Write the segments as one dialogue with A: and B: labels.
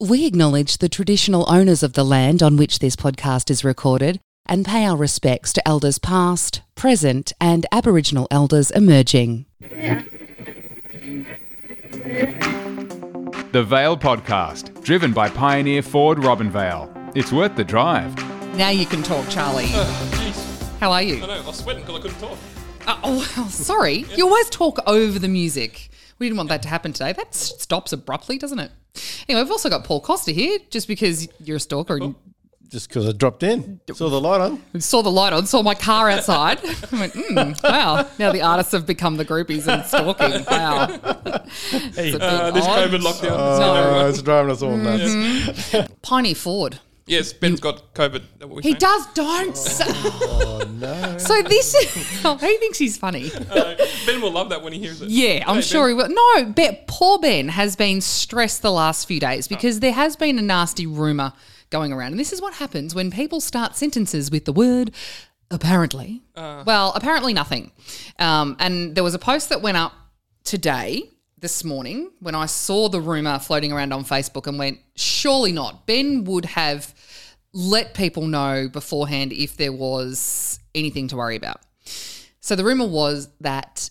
A: We acknowledge the traditional owners of the land on which this podcast is recorded and pay our respects to elders past, present, and Aboriginal elders emerging.
B: The Vale Podcast, driven by pioneer Ford Robin Vale. It's worth the drive.
A: Now you can talk, Charlie. How are you?
C: I know, I was sweating because I couldn't talk.
A: Uh, oh, sorry. You always talk over the music. We didn't want that to happen today. That s- stops abruptly, doesn't it? Anyway, we've also got Paul Costa here, just because you're a stalker and
D: just because I dropped in, saw the light on.
A: saw the light on, saw my car outside. I went, mm, wow. Now the artists have become the groupies and stalking. Wow. It's a bit
C: Uh, this
A: odd.
C: COVID lockdown.
D: Uh, it's driving us all nuts.
A: Mm-hmm. Piney Ford.
C: yes, Ben's got COVID. Is that what we
A: He
C: saying?
A: does. Don't. Oh, no. So this is. Oh, he thinks he's funny.
C: Uh, ben will love that when he hears it.
A: Yeah, I'm
C: Hey,
A: sure
C: Ben.
A: he will. No, but poor Ben has been stressed the last few days because there has been a nasty rumor going around, and this is what happens when people start sentences with the word apparently. Well, apparently nothing. Um, and there was a post that went up today. This morning, when I saw the rumor floating around on Facebook and went, surely not. Ben would have let people know beforehand if there was anything to worry about. So the rumor was that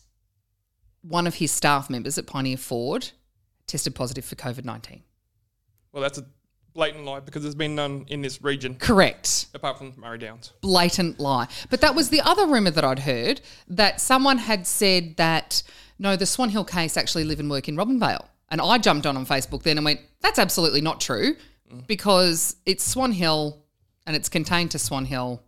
A: one of his staff members at Pioneer Ford tested positive for COVID 19.
C: Well, that's a blatant lie because there's been none in this region
A: Correct.
C: apart from Murray Downs.
A: Blatant lie. But that was the other rumour that I'd heard that someone had said that, no, the Swan Hill case actually live and work in Robinvale. And I jumped on on Facebook then and went, that's absolutely not true because it's Swan Hill and it's contained to Swan Hill.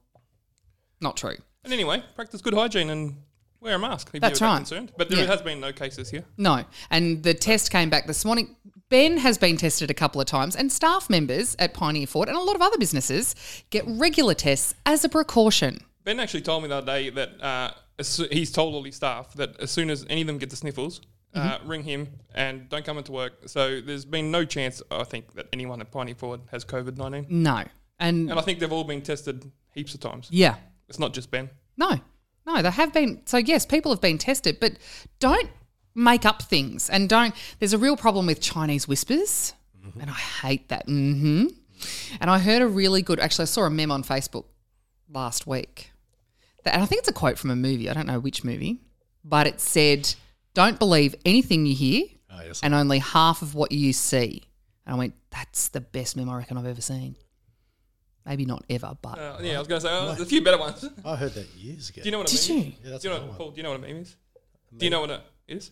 A: Not true.
C: And anyway, practice good hygiene and wear a mask if
A: That's
C: you're
A: right.
C: that concerned. But there
A: Yeah.
C: has been no cases here.
A: No. And the test came back this morning. Ben has been tested a couple of times, and staff members at Pioneer Ford and a lot of other businesses get regular tests as a precaution.
C: Ben actually told me the other day that uh, as soo- he's told all his staff that as soon as any of them get the sniffles,
A: Mm-hmm.
C: uh, ring him and don't come into work. So there's been no chance, I think, that anyone at Piney Ford has COVID 19.
A: No. And,
C: And I think they've all been tested heaps of times.
A: yeah,
C: It's not just Ben.
A: no, no, they have been. So, yes, people have been tested, but don't make up things. And don't, there's a real problem with Chinese whispers, and I hate that. hmm. And I heard a really good, actually, I saw a meme on Facebook last week. That, and I think it's a quote from a movie. I don't know which movie, but it said, "Don't believe anything you hear, and only half of what you see." And I went, "That's the best meme I reckon I've ever seen. Maybe not ever, but
C: Uh, yeah, I was going to say, oh, there's a few better ones. Do
D: I heard that years ago.
C: you know what
A: Did
C: a meme
A: you?
C: is?
D: Yeah, that's
C: do you know,
D: another one.
C: Paul, do you know what a meme is? Do you know what it is?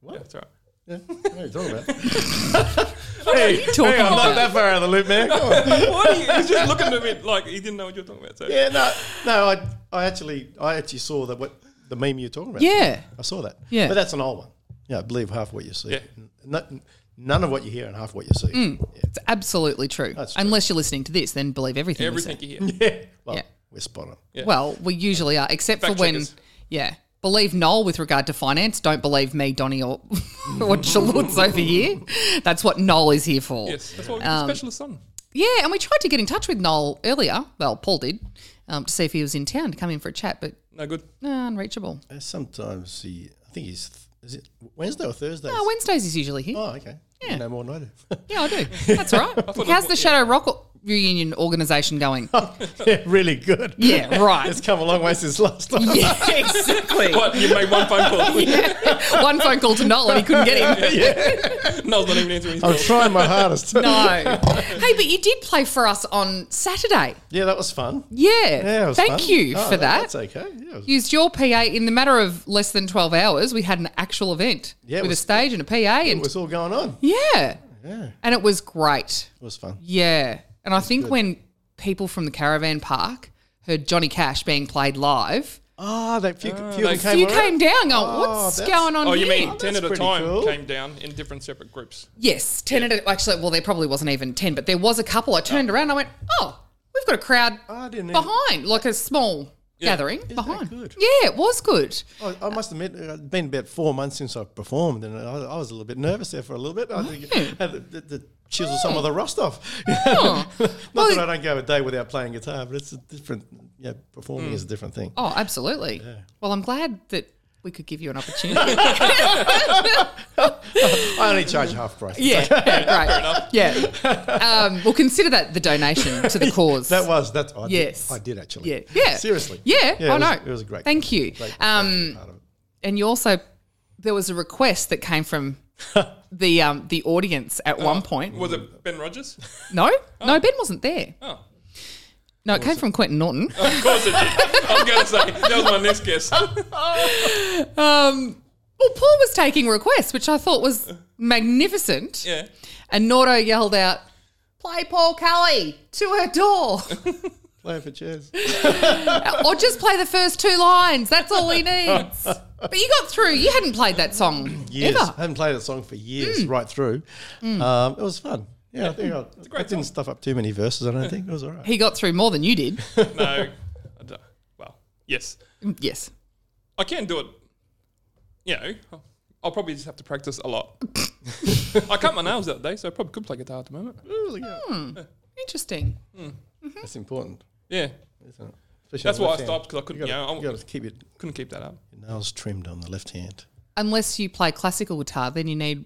D: What?
C: Yeah, that's all right.
D: Yeah. What are you talking about?
A: Hey, talking
D: Hey, I'm
A: about?
D: not that far out of the loop, man. Come on.
C: What are you? He was just looking at me like he didn't know what you were talking about. So.
D: Oh, yeah, no, no. I, I actually, I actually saw that what the meme you're talking about.
A: Yeah,
D: I saw that.
A: Yeah.
D: but that's an old one. Yeah, I believe half what you see.
C: Yeah.
D: No- none of what you hear and half what you see.
A: it's absolutely true.
D: That's true.
A: Unless you're listening to this, then believe everything. we say.
C: Everything you hear.
D: Yeah. yeah. Well,
A: Yeah.
D: we're spot on.
C: Yeah.
A: Well, we usually are, except for
C: Fact
A: when,
C: checkers.
A: yeah, believe Noel with regard to finance. Don't believe me, Donnie, or or Chalutz over here. That's what Noel is here for.
C: Yes, that's what we're
D: Um,
C: specialists on.
A: Yeah, and we tried to get in touch with Noel earlier. Well, Paul did um, to see if he was in town to come in for a chat, but
C: No good.
A: uh, unreachable.
D: Uh, Sometimes he, I think he's, th- is it Wednesday or Thursday?
A: Oh, Wednesdays is usually here.
D: oh, okay.
A: Yeah.
D: You know more than I do.
A: Yeah, I do. That's all right.
C: thought
A: How's
C: it
A: the
C: was-
A: Shadow Rock reunion organisation going?
D: yeah, really good.
A: yeah,
D: It's
A: right.
D: come a long way since last time.
A: Yeah, exactly.
C: What? You made one phone call.
A: One phone call to Noel and he couldn't get him.
C: Noel's not even answering his
D: I'm
C: call.
D: trying my hardest.
A: No. hey, but you did play for us on Saturday.
D: Yeah, that was fun.
A: Yeah.
D: Yeah, it was
A: Thank
D: fun.
A: you
D: No,
A: for that.
D: That's okay. Yeah, it was-
A: Used your PA in the matter of less than 12 hours. We had an actual event
D: Yeah, it
A: with
D: was-
A: a stage and a PA. And
D: it was all going on.
A: yeah.
D: Yeah,
A: And it was great.
D: it was fun.
A: Yeah. And I think when people from the caravan park heard Johnny Cash being played live,
D: Ah, that few, few of
C: they-
D: them came.
A: you
D: around.
A: came down going, what's
D: that's-
A: going on
C: Oh,
A: here?
C: you mean ten
D: that's
C: at a
D: pretty
C: time
D: cool.
C: came down in different separate groups?
D: Mm-hmm.
A: Yes, ten at a, actually. Well, there probably wasn't even ten, but there was a couple. I turned around, and I went, "Oh, we've got a crowd
D: I didn't even-
A: behind, like a small gathering behind."
D: good?
A: Yeah, it was good.
D: I, I must admit, it's been about four months since I've performed, and I, I was a little bit nervous there for a little bit. I think had the, the, the chisel some of the rust off.
A: Oh.
D: Not that I don't go a day without playing
A: Hmm.
D: guitar, but it's a different. Yeah, performing is a different thing.
A: Oh, absolutely. Well, I'm glad that we could give you an opportunity.
D: I only charge half price.
A: yeah, right. Yeah. Um, we'll consider that the donation to the cause.
D: That was that's I
A: Yes.
D: Did, I did actually.
A: yeah, yeah.
D: Seriously.
A: Yeah.
D: Yeah,
A: oh
D: it was-
A: no,
D: it was a great-
A: Thank you.
D: Great- great
A: um,
D: part of it.
A: and you also there was a request that came from the um, the audience at
D: Uh,
A: one point.
C: Was it Ben Rogers?
A: No, no, Ben wasn't there.
C: Oh.
A: No, it came from Quentin Norton.
C: Of course it did. I was going to say, that was my next guess.
A: Um, well, Paul was taking requests, which I thought was magnificent.
C: Yeah.
A: And Nordo yelled out, "Play Paul Kelly to her door,
D: Play for chairs.
A: or just play the first two lines. That's all he needs." But you got through. You hadn't played that song
D: Years. I
A: ever.
D: haven't played that song for years, right through. Um, it was fun. Mm. Yeah, mm. I think I, I didn't stuff up too many verses. I don't think it was all right.
A: He got through more than you did.
C: No. I don't- Well, yes.
A: yes.
C: I can do it. You know, I'll probably just have to practice a lot. I cut my nails that day, so I probably could play guitar at the moment.
D: Hmm.
A: Interesting.
D: That's important,
C: Yeah.
D: isn't it? Especially
C: That's
D: on the
C: why I
D: left hand.
C: stopped because I couldn't,
D: You
C: you
D: got
C: know,
D: to
C: I
D: keep your,
C: couldn't keep that up.
D: your nails trimmed on the left hand.
A: Unless you play classical guitar, then you need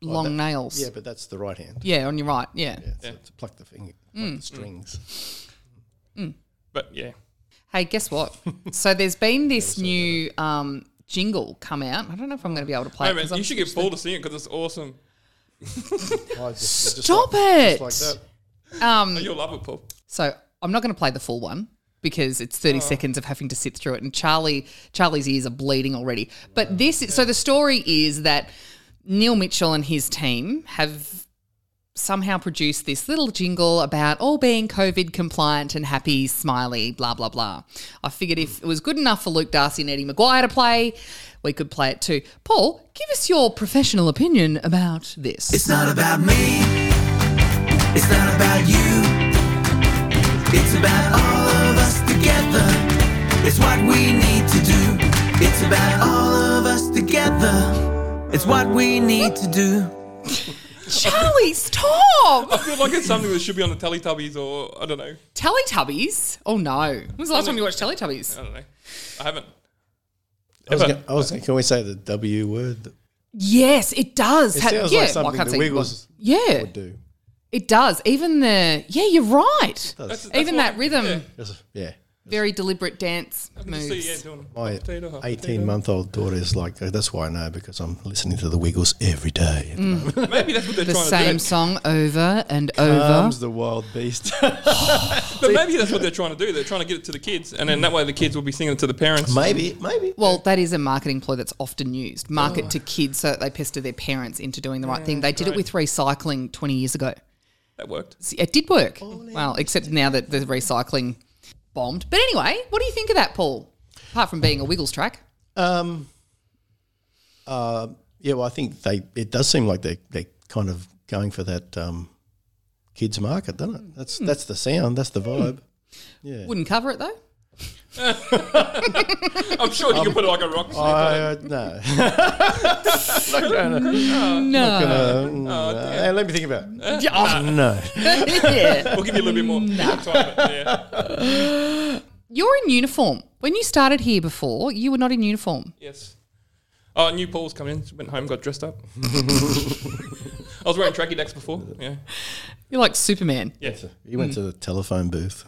A: long nails.
D: Yeah, but that's the right hand. Mm.
A: Yeah, on your right. Yeah.
D: Yeah, so to pluck the finger, pluck the strings.
C: But yeah.
A: Hey, guess what? so there's been this new um, jingle come out. I don't know if I'm going to be able to play
C: Hey,
A: it.
C: man,
A: 'cause I'm-
C: you should get Paul to sing it because it's awesome.
D: I just- just
A: Stop
D: like-
A: it!
D: just like that.
A: Um,
C: Oh, You'll love it, Paul.
A: so I'm not going to play the full one because it's 30 seconds of having to sit through it, and Charlie Charlie's ears are bleeding already. But this, is, so the story is that Neil Mitchell and his team have somehow produced this little jingle about all being COVID compliant and happy, smiley, blah blah blah. I figured if it was good enough for Luke Darcy and Eddie Maguire to play, we could play it too. Paul, give us your professional opinion about this.
E: It's not about me. It's not about you. It's about all of us together. It's what we need to do. It's about all of us together. It's what we need to do.
A: Charlie, stop!
C: I feel like it's something that should be on the Teletubbies or, I don't know.
A: Teletubbies? Oh no. When was the last time you watched Teletubbies?
C: I don't know. I haven't.
D: I was gonna, I was gonna, can we say the W word?
A: Yes, it does.
D: It
A: Ha-
D: sounds
A: yeah,
D: like
A: well, I
D: something
A: can't
D: the
A: say-
D: Wiggles
A: Yeah,
D: would do.
A: it does. Even the yeah, you're right.
C: That's- that's
A: Even
C: what-
A: that rhythm,
C: yeah.
D: It's- Yeah.
A: very deliberate dance
C: I can
A: moves.
C: just see, yeah, doing
D: My
C: potato, hot potato.
D: 18 month old daughter is like, "Oh, that's why I know because I'm listening to the Wiggles every day.
C: Maybe that's what they're
A: the
C: trying
A: same
C: to do.
A: song over and over.
D: Arms the wild beast.
C: But maybe that's what they're trying to do. They're trying to get it to the kids, and then that way the kids will be singing it to the parents.
D: maybe, maybe.
A: Well, that is a marketing ploy that's often used. Market to kids so that they pester their parents into doing the right thing. They did it with recycling 20 years ago.
C: That worked.
A: See, It did work. Well, except now that the recycling bombed. But anyway, what do you think of that, Paul? Apart from being a Wiggles track.
D: Um, uh, yeah, well, I think they. It does seem like they they kind of going for that um, kids market, doesn't it? That's that's the sound. That's the vibe.
A: Wouldn't cover it though.
C: I'm sure you can put like a rock.
D: I uh, no. Not gonna-
A: No.
D: um, uh, hey, let me think about. it. No,
A: Yeah.
C: We'll give you a little bit more time. but Yeah.
A: You're in uniform. When you started here before, you were not in uniform.
C: Yes. Oh, new Paul's come in. Went home, got dressed up. I was wearing tracky decks before. Yeah.
A: You're like Superman.
C: Yes.
D: you went to the telephone booth.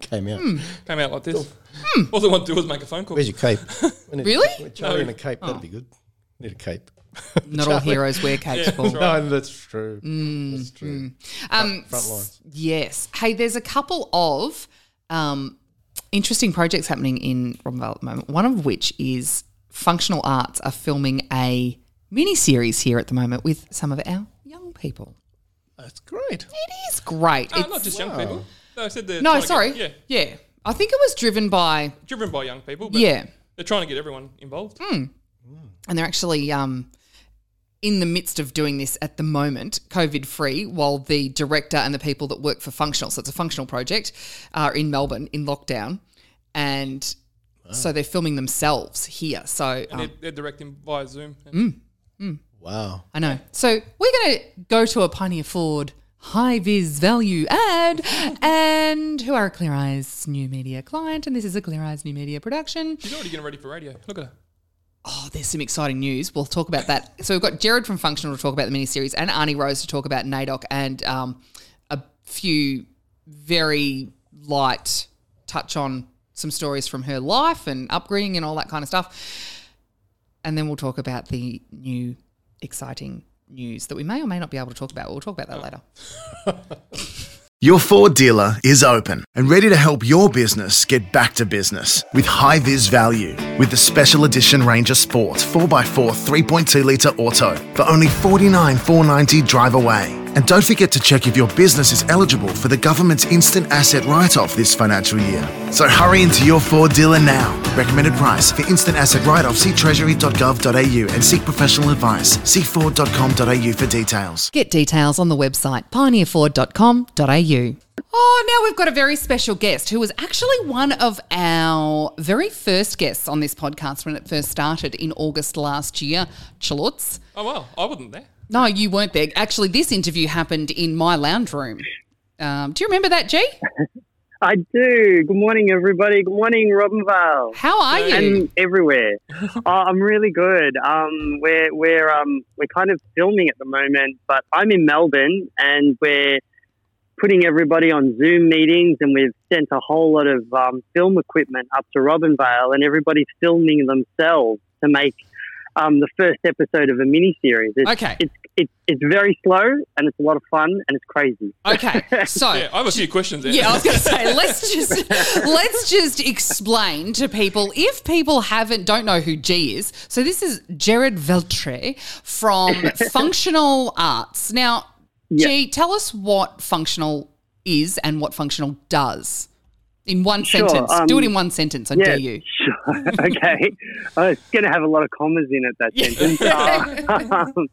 D: Came out.
C: Came out like this.
A: Hmm.
C: All they want to do was make a phone call.
D: Where's your cape? We need-
A: Really?
D: we Charlie
C: No.
D: in a cape. That'd be good. Need a cape.
A: Not all heroes wear capes,
C: Yeah,
A: Paul.
C: that's right.
D: No, that's Mm, true. that's true.
A: Um,
D: Front lines.
A: yes. Hey, there's a couple of um, interesting projects happening in Robinvale at the moment. One of which is Functional Arts are filming a mini series here at the moment with some of our young people.
D: That's great.
A: It is great.
C: Ah,
A: It's-
C: not just young people. No, I said they're
A: no,
C: trying to get-
A: sorry.
C: yeah,
A: yeah. I think it was driven by
C: driven by young people. But
A: yeah. Hmm.
C: They're trying to get everyone involved.
A: and they're actually um, in the midst of doing this at the moment, COVID free, while the director and the people that work for Functional, so it's a functional project, are in Melbourne in lockdown. And so they're filming themselves here. So
C: And
A: um,
C: they're, they're directing via Zoom.
A: Mm.
D: Wow.
A: I know. So we're going to go to a Pioneer Ford high vis value ad and who are a Clear Eyes New Media client. And this is a Clear Eyes New Media production.
C: She's already getting ready for radio. Look at her.
A: Oh, there's some exciting news. We'll talk about that. So we've got Jared from Functional to talk about the miniseries, and Arnie Rose to talk about NADOC and um, a few very light touch on some stories from her life and upbringing and all that kind of stuff. And then we'll talk about the new exciting news that we may or may not be able to talk about. We'll talk about that later.
F: Your Ford dealer is open and ready to help your business get back to business with high vis value with the special edition Ranger Sport 4x4 3.2 litre auto for only $49,490 drive away. And don't forget to check if your business is eligible for the government's instant asset write off this financial year. So hurry into your Ford dealer now. Recommended price for instant asset write off see treasury.gov.au and seek professional advice. See Ford.com.au for details.
A: Get details on the website pioneerford.com.au. Oh, now we've got a very special guest who was actually one of our very first guests on this podcast when it first started in August last year, Chalutz.
C: Oh, well, I wasn't there.
A: No, you weren't there. Actually, this interview happened in my lounge room. Um, do you remember that, G?
G: I do. Good morning, everybody. Good morning, Robin Vale.
A: How are you?
G: And everywhere. oh, I'm really good. Um, we're we're um, we're kind of filming at the moment, but I'm in Melbourne and we're putting everybody on Zoom meetings, and we've sent a whole lot of um, film equipment up to Robin Vale, and everybody's filming themselves to make um, the first episode of a miniseries. It's,
A: Okay.
G: It's, it's it's very slow and it's a lot of fun and it's crazy.
A: Okay, so
C: Yeah, I have a few questions there.
A: Yeah, I was going to say let's just let's just explain to people if people haven't don't know who G is. So this is Jared Veltre from Functional Arts. Now, G, tell us what Functional is and what Functional does in one
G: Sure,
A: sentence. Do it
G: um,
A: in one sentence. I
G: yeah,
A: dare you.
G: Sure. okay. Uh, it's going to have a lot of commas in it, that sentence. Uh, um,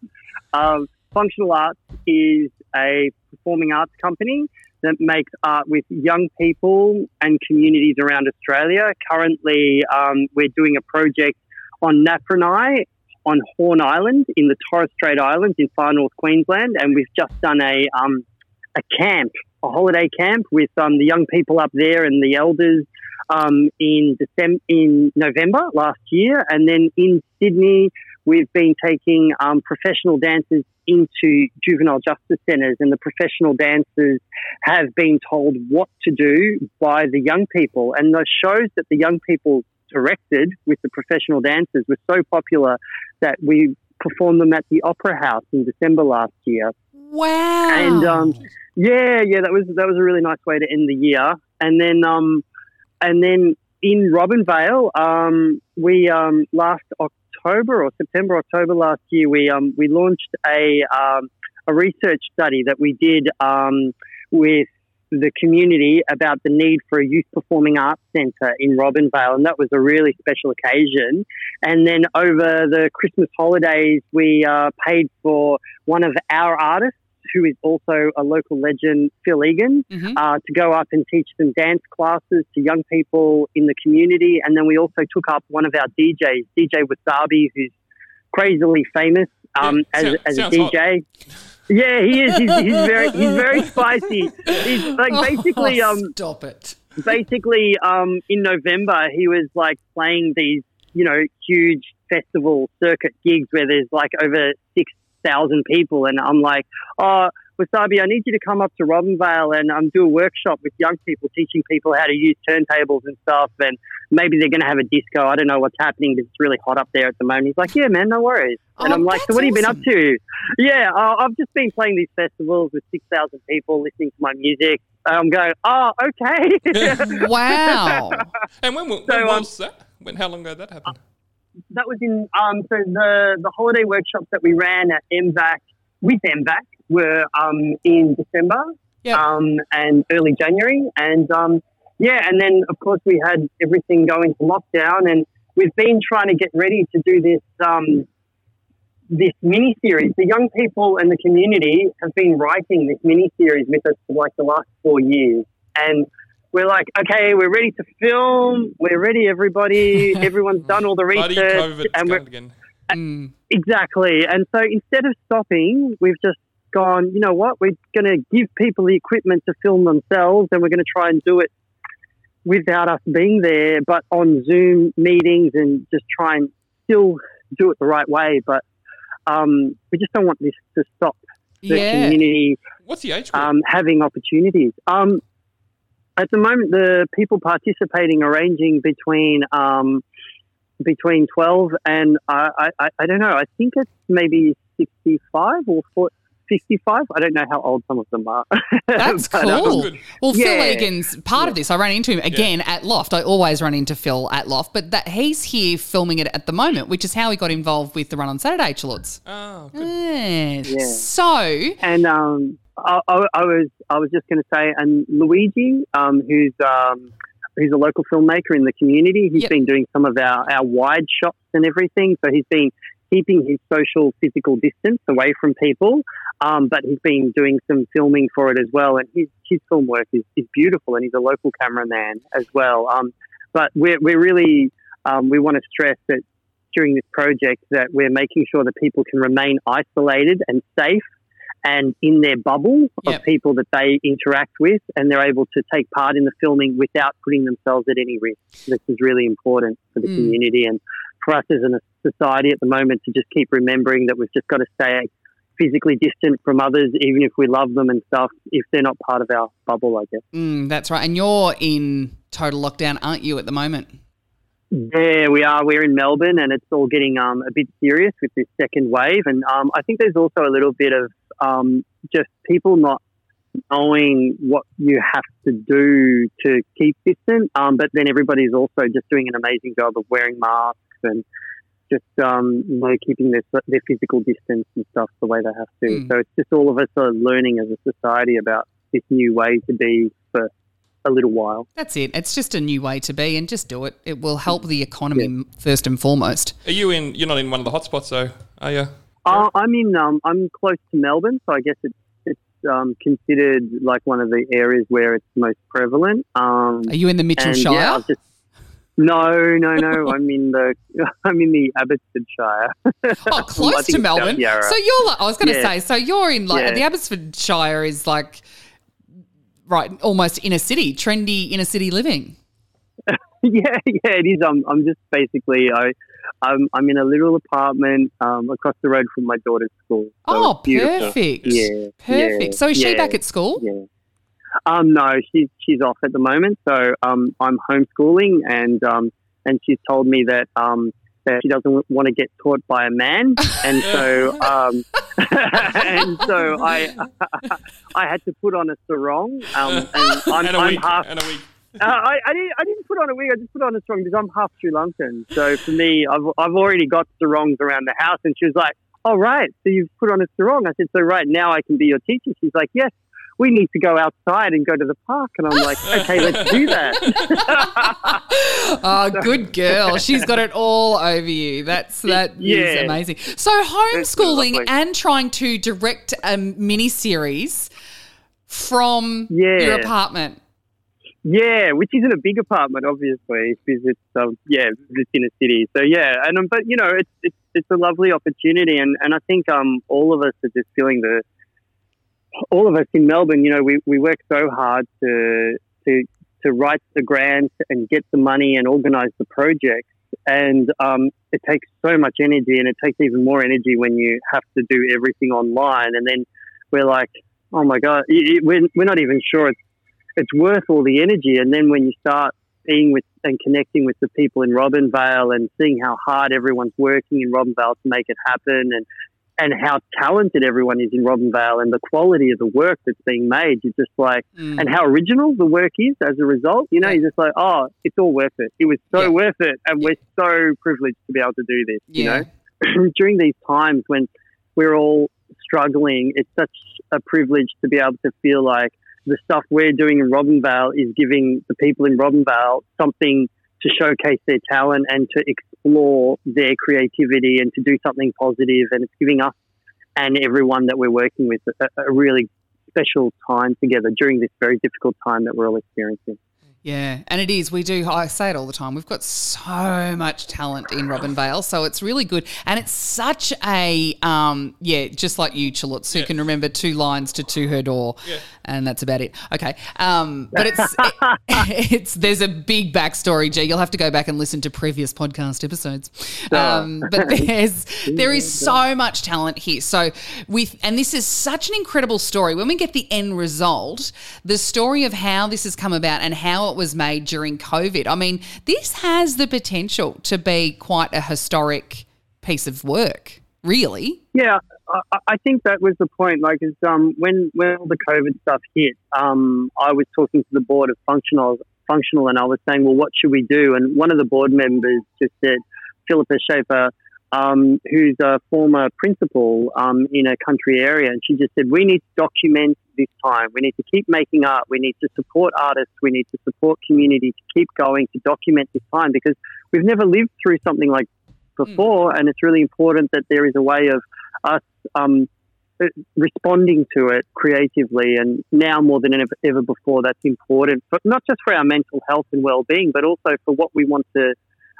G: Functional Arts is a performing arts company that makes art with young people and communities around Australia. Currently, um, we're doing a project on Napranai on Horn Island in the Torres Strait Islands in far north Queensland, and we've just done a, um, a camp, a holiday camp with um, the young people up there and the elders um, in December, in November last year, and then in Sydney, we've been taking um, professional dancers into juvenile justice centres, and the professional dancers have been told what to do by the young people, and the shows that the young people directed with the professional dancers were so popular that we performed them at the Opera House in December last year.
A: Wow.
G: And um, yeah, yeah, that was that was a really nice way to end the year. And then um, and then in Robin Vale, um, we um, last October or September, October last year, we um, we launched a um, a research study that we did um, with the community about the need for a youth performing arts centre in Robin Vale, and that was a really special occasion. And then over the Christmas holidays, we uh, paid for one of our artists, who is also a local legend, Phil Egan,
A: Mhm.
C: Mm-hmm.
G: uh, to go up and teach some dance classes to young people in the community. And then we also took up one of our DJs, DJ Wasabi, who's crazily famous um,
C: Yeah,
G: as,
C: sou-
G: as a
C: sounds hot.
G: DJ. Yeah, he is. He's, he's very, he's very spicy. He's like basically,
A: Oh,
G: um,
A: stop it.
G: basically um, in November he was like playing these you know huge festival circuit gigs where there's like over six thousand people and I'm like oh Wasabi I need you to come up to Robinvale and um, do a workshop with young people teaching people how to use turntables and stuff and maybe they're going to have a disco I don't know what's happening but it's really hot up there at the moment he's like yeah man no worries and
A: Oh,
G: I'm like so
A: that's
G: what have you been up
A: awesome.
G: to yeah uh, I've just been playing these festivals with six thousand people listening to my music I'm going oh okay
A: Wow.
C: And when, wa- when
G: So, um,
C: was that? When, how long ago did that happen?
G: that was in um, so the the holiday workshops that we ran at MVAC with MVAC were um, in December
A: Yep.
G: um, and early January, and um, yeah, and then of course we had everything going to lockdown, and we've been trying to get ready to do this um, this mini series. The young people and the community have been writing this mini series with us for like the last four years, and we're like, okay, we're ready to film. We're ready, everybody. Everyone's done all the
C: Bloody
G: research,
C: COVID's
G: and we're
C: going again.
A: Mm.
G: Exactly. And so instead of stopping, we've just gone, you know what, we're going to give people the equipment to film themselves and we're going to try and do it without us being there, but on Zoom meetings and just try and still do it the right way, but um, we just don't want this to stop the
A: Yeah.
G: community
C: What's the age group?
G: um, having opportunities. Um, at the moment, the people participating are ranging between um, between twelve and uh, I, I, I don't know. I think it's maybe sixty five or 40, 55. I don't know how old some of them are.
A: That's
G: But, um,
A: cool.
C: good.
A: Well, Phil
G: Yeah.
A: Egan's part of this. I ran into him again at Loft. I always run into Phil at Loft, but that he's here filming it at the moment, which is how he got involved with the run on Saturday, Chalords.
C: oh, good.
A: Yeah. So,
G: and um, I, I, I was I was just going to say, and Luigi, um, who's um, who's a local filmmaker in the community, he's
A: Yep.
G: been doing some of our, our wide shots and everything. So he's been keeping his social physical distance away from people, um, but he's been doing some filming for it as well. And his his film work is, is beautiful, and he's a local cameraman as well. Um, but we're we're really um, we want to stress that during this project that we're making sure that people can remain isolated and safe and in their bubble
A: Yep.
G: of people that they interact with and they're able to take part in the filming without putting themselves at any risk. This is really important for the
A: Mm.
G: community and for us as a society at the moment to just keep remembering that we've just got to stay physically distant from others, even if we love them and stuff, if they're not part of our bubble, I guess.
A: mm, that's right. And you're in total lockdown, aren't you, at the moment?
G: Yeah, we are. We're in Melbourne, and it's all getting um, a bit serious with this second wave. And um, I think there's also a little bit of um, just people not knowing what you have to do to keep distant. Um, but then everybody's also just doing an amazing job of wearing masks and just um, you know keeping their their physical distance and stuff the way they have to.
A: Mm.
G: So it's just all of us are learning as a society about this new way to be for a little while.
A: That's it. It's just a new way to be, and just do it. It will help the economy m first and foremost.
C: Are you in? You're not in one of the hotspots, though, are you?
G: Uh, I'm in. Um, I'm close to Melbourne, so I guess it's it's um, considered like one of the areas where it's most prevalent. Um,
A: Are you in the Mitchell
G: and
A: Shire?
G: yeah, I've just no, no, no. I'm in the I'm in the Abbotsfordshire.
A: oh,
G: I
A: close
G: think
A: to
G: it's
A: Melbourne.
G: South Yarra.
A: So you're like, I was going to
G: Yeah.
A: say, so you're in like
G: Yeah.
A: the Abbotsfordshire is like right, almost inner city, trendy inner city living.
G: yeah, yeah, it is. I'm, I'm just basically I, I'm, I'm in a little apartment um, across the road from my daughter's school. So
A: oh,
G: it's beautiful.
A: perfect.
G: Yeah,
A: Perfect.
G: yeah,
A: so is she
G: yeah.
A: back at school?
G: Yeah. Um, no, she's she's off at the moment, so um, I'm homeschooling, and um, and she's told me that um, that she doesn't want to get taught by a man, and so um, and so I I had to put on a sarong, um, and I'm,
C: and a
G: I'm
C: week.
G: half.
C: And a week.
G: Uh, I, I, didn't, I didn't put on a wig. I just put on a sarong because I'm half Sri Lankan. So for me, I've, I've already got sarongs around the house. And she was like, "All right, so you've put on a sarong. I said, so right now I can be your teacher. She's like, yes, we need to go outside and go to the park. And I'm like, okay, let's do that.
A: Oh, good girl. She's got it all over you. That's that is
G: Yeah.
A: amazing. So homeschooling
G: lovely.
A: and trying to direct a mini series from
G: Yeah.
A: your apartment.
G: yeah, which isn't a big apartment, obviously, because it's, um, yeah, it's in a city. So yeah, and um, but you know, it's, it's, it's a lovely opportunity. And, and I think um, all of us are just feeling the, all of us in Melbourne, you know, we, we work so hard to, to, to write the grants and get the money and organize the projects. And um, it takes so much energy, and it takes even more energy when you have to do everything online. And then we're like, oh my God, it, it, we're, we're not even sure it's, it's worth all the energy. And then when you start being with and connecting with the people in Robinvale and seeing how hard everyone's working in Robinvale to make it happen and and how talented everyone is in Robinvale and the quality of the work that's being made. You're just like,
A: Mm.
G: and how original the work is as a result. You know, you're just like, oh, it's all worth it. It was so
A: Yeah.
G: worth it. And we're so privileged to be able to do this,
A: Yeah.
G: you know? During these times when we're all struggling, it's such a privilege to be able to feel like the stuff we're doing in Robinvale is giving the people in Robinvale something to showcase their talent and to explore their creativity and to do something positive And it's giving us and everyone that we're working with a, a really special time together during this very difficult time that we're all experiencing.
A: Yeah, and it is. We do. I say it all the time. We've got so much talent in Robin Vale, so it's really good. And it's such a um, yeah, just like you, Chalutz, who can remember two lines to "To Her Door," and that's about it. Okay, um, but it's it- it's there's a big backstory. G, you'll have to go back and listen to previous podcast episodes. Um, but there's there is so much talent here. So with and this is such an incredible story. When we get the end result, the story of how this has come about and how it was made during COVID. I mean, this has the potential to be quite a historic piece of work, really.
G: Yeah, I, I- I think that was the point. Like, is um, when when all the COVID stuff hit, um, I was talking to the board of functional functional, and I was saying, well, what should we do? And one of the board members just said, Philippa Schaefer, um, who's a former principal um, in a country area, and she just said, we need to document this time. We need to keep making art. We need to support artists. We need to support community to keep going to document this time because we've never lived through something like before, and it's really important that there is a way of us um, responding to it creatively. And now more than ever, ever before, that's important, but not just for our mental health and well-being, but also for what we want to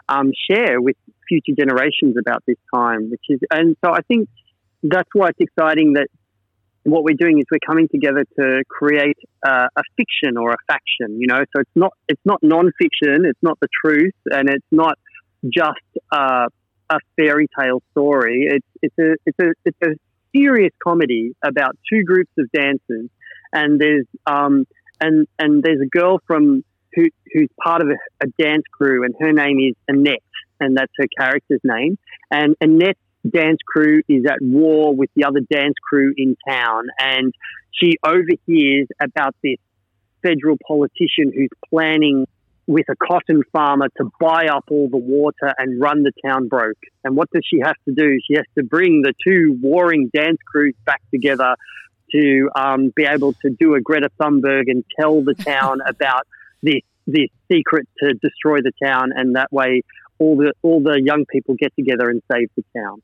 G: um, share with future generations about this time. Which is, and so I think that's why it's exciting that what we're doing is we're coming together to create uh, a fiction or a faction. You know, so it's not it's not non-fiction, it's not the truth, and it's not just uh, a fairy tale story. It's it's a it's a it's a serious comedy about two groups of dancers, and there's um and and there's a girl from who who's part of a, a dance crew, and her name is Annette, and that's her character's name. And Annette's dance crew is at war with the other dance crew in town, and she overhears about this federal politician who's planning with a cotton farmer to buy up all the water and run the town broke. And what does she have to do? She has to bring the two warring dance crews back together to um, be able to do a Greta Thunberg and tell the town about this this secret to destroy the town, and that way all the all the young people get together and save the town.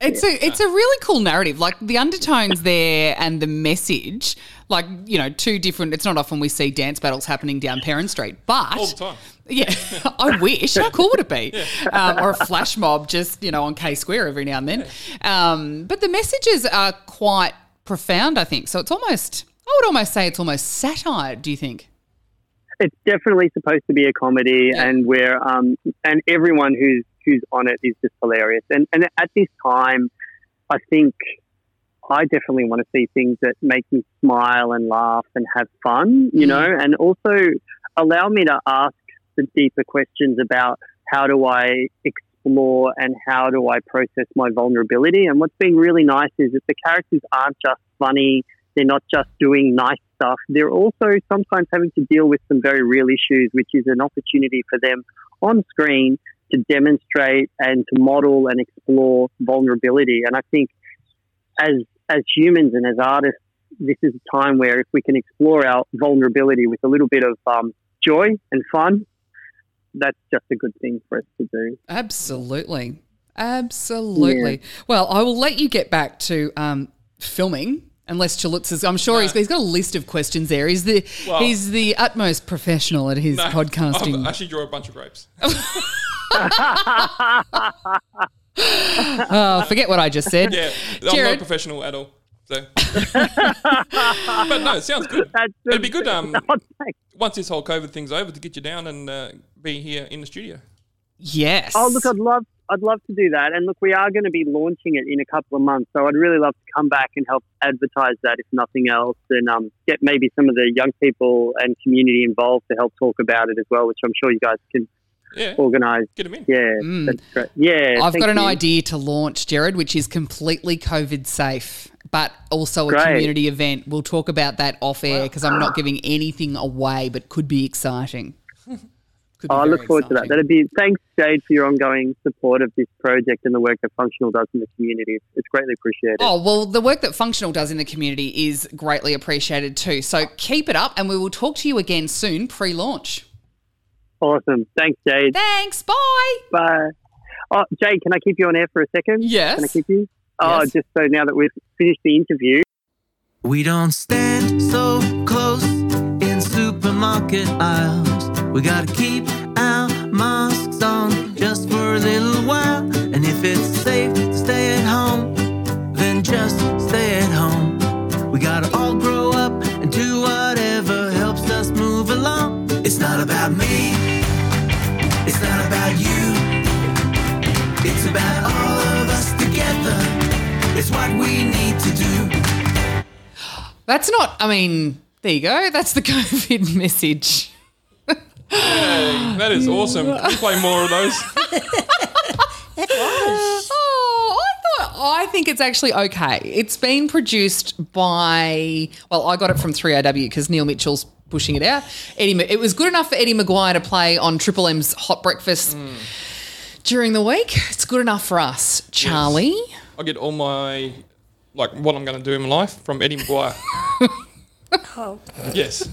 A: It's a it's a really cool narrative. Like the undertones there and the message, like you know, two different. It's not often we see dance battles happening down Perrin Street, but
C: all the time.
A: Yeah, I wish. How cool would it be? Um, or a flash mob just, you know, on K Square every now and then. Um, but the messages are quite profound, I think. So it's almost, I would almost say it's almost satire, do you think?
G: it's definitely supposed to be a comedy, and we're um, and everyone who's who's on it is just hilarious. And and at this time, I think I definitely want to see things that make me smile and laugh and have fun, you know, and also allow me to ask the deeper questions about how do I explore and how do I process my vulnerability. And what's been really nice is that the characters aren't just funny they're not just doing nice stuff. They're also sometimes having to deal with some very real issues, which is an opportunity for them on screen to demonstrate and to model and explore vulnerability. And I think as as humans and as artists, this is a time where if we can explore our vulnerability with a little bit of um, joy and fun, that's just a good thing for us to do.
A: Absolutely. Absolutely. Well, I will let you get back to um, filming. Unless Chalutz is, I'm sure he's, he's got a list of questions there. He's the he's the utmost professional at his
C: No,
A: podcasting.
C: I actually draw a bunch of grapes.
A: oh, forget what I just said.
C: Yeah, I'm not
A: Jared.
C: a professional at all. So, but no, it sounds good.
G: That's
C: It'd be good. Um,
G: Oh, thanks.
C: once this whole COVID thing's over, to get you down and uh, be here in the studio.
A: Yes.
G: Oh, look, I'd love, I'd love to do that. And look, we are going to be launching it in a couple of months, so I'd really love to come back and help advertise that, if nothing else, and um, get maybe some of the young people and community involved to help talk about it as well, which I'm sure you guys can
C: Yeah,
G: organise.
C: get him in.
G: Yeah, that's great. Yeah,
A: Mm. I've
G: thank
A: got an
G: you.
A: idea to launch, Jared, which is completely COVID safe, but also a
G: Great.
A: community event. We'll talk about that off air because I'm not giving anything away, but could be exciting. Could be
G: Oh, I
A: very
G: look forward to that.
A: exciting.
G: That'd be thanks, Jade, for your ongoing support of this project and the work that Functional does in the community. It's greatly appreciated.
A: Oh, well, the work that Functional does in the community is greatly appreciated too. So keep it up and we will talk to you again soon pre launch.
G: Awesome, thanks, Jade.
A: Thanks. Bye.
G: Bye. Oh, Jade, can I keep you on air for a second?
A: Yes.
G: Can I keep you? Oh,
A: Yes.
G: just so now that we've finished the interview,
E: We don't stand so close in supermarket aisles. We gotta keep our masks on just for a little while. And if it's safe to stay at home, then just stay at home. We gotta all grow up and do whatever helps us move along. It's not about me, it's not about you, it's about all of us together. It's what we need to do.
A: That's not, I mean, there you go. That's the COVID message.
C: That is awesome. Can we play more of those?
A: Oh, I thought I think it's actually okay. It's been produced by well, I got it from 3RW because Neil Mitchell's pushing it out. Eddie, it was good enough for Eddie Maguire to play on Triple M's Hot Breakfast during the week. It's good enough for us, Charlie.
C: I get all my like what I'm going to do in life from Eddie McGuire.
H: Oh,
C: yes.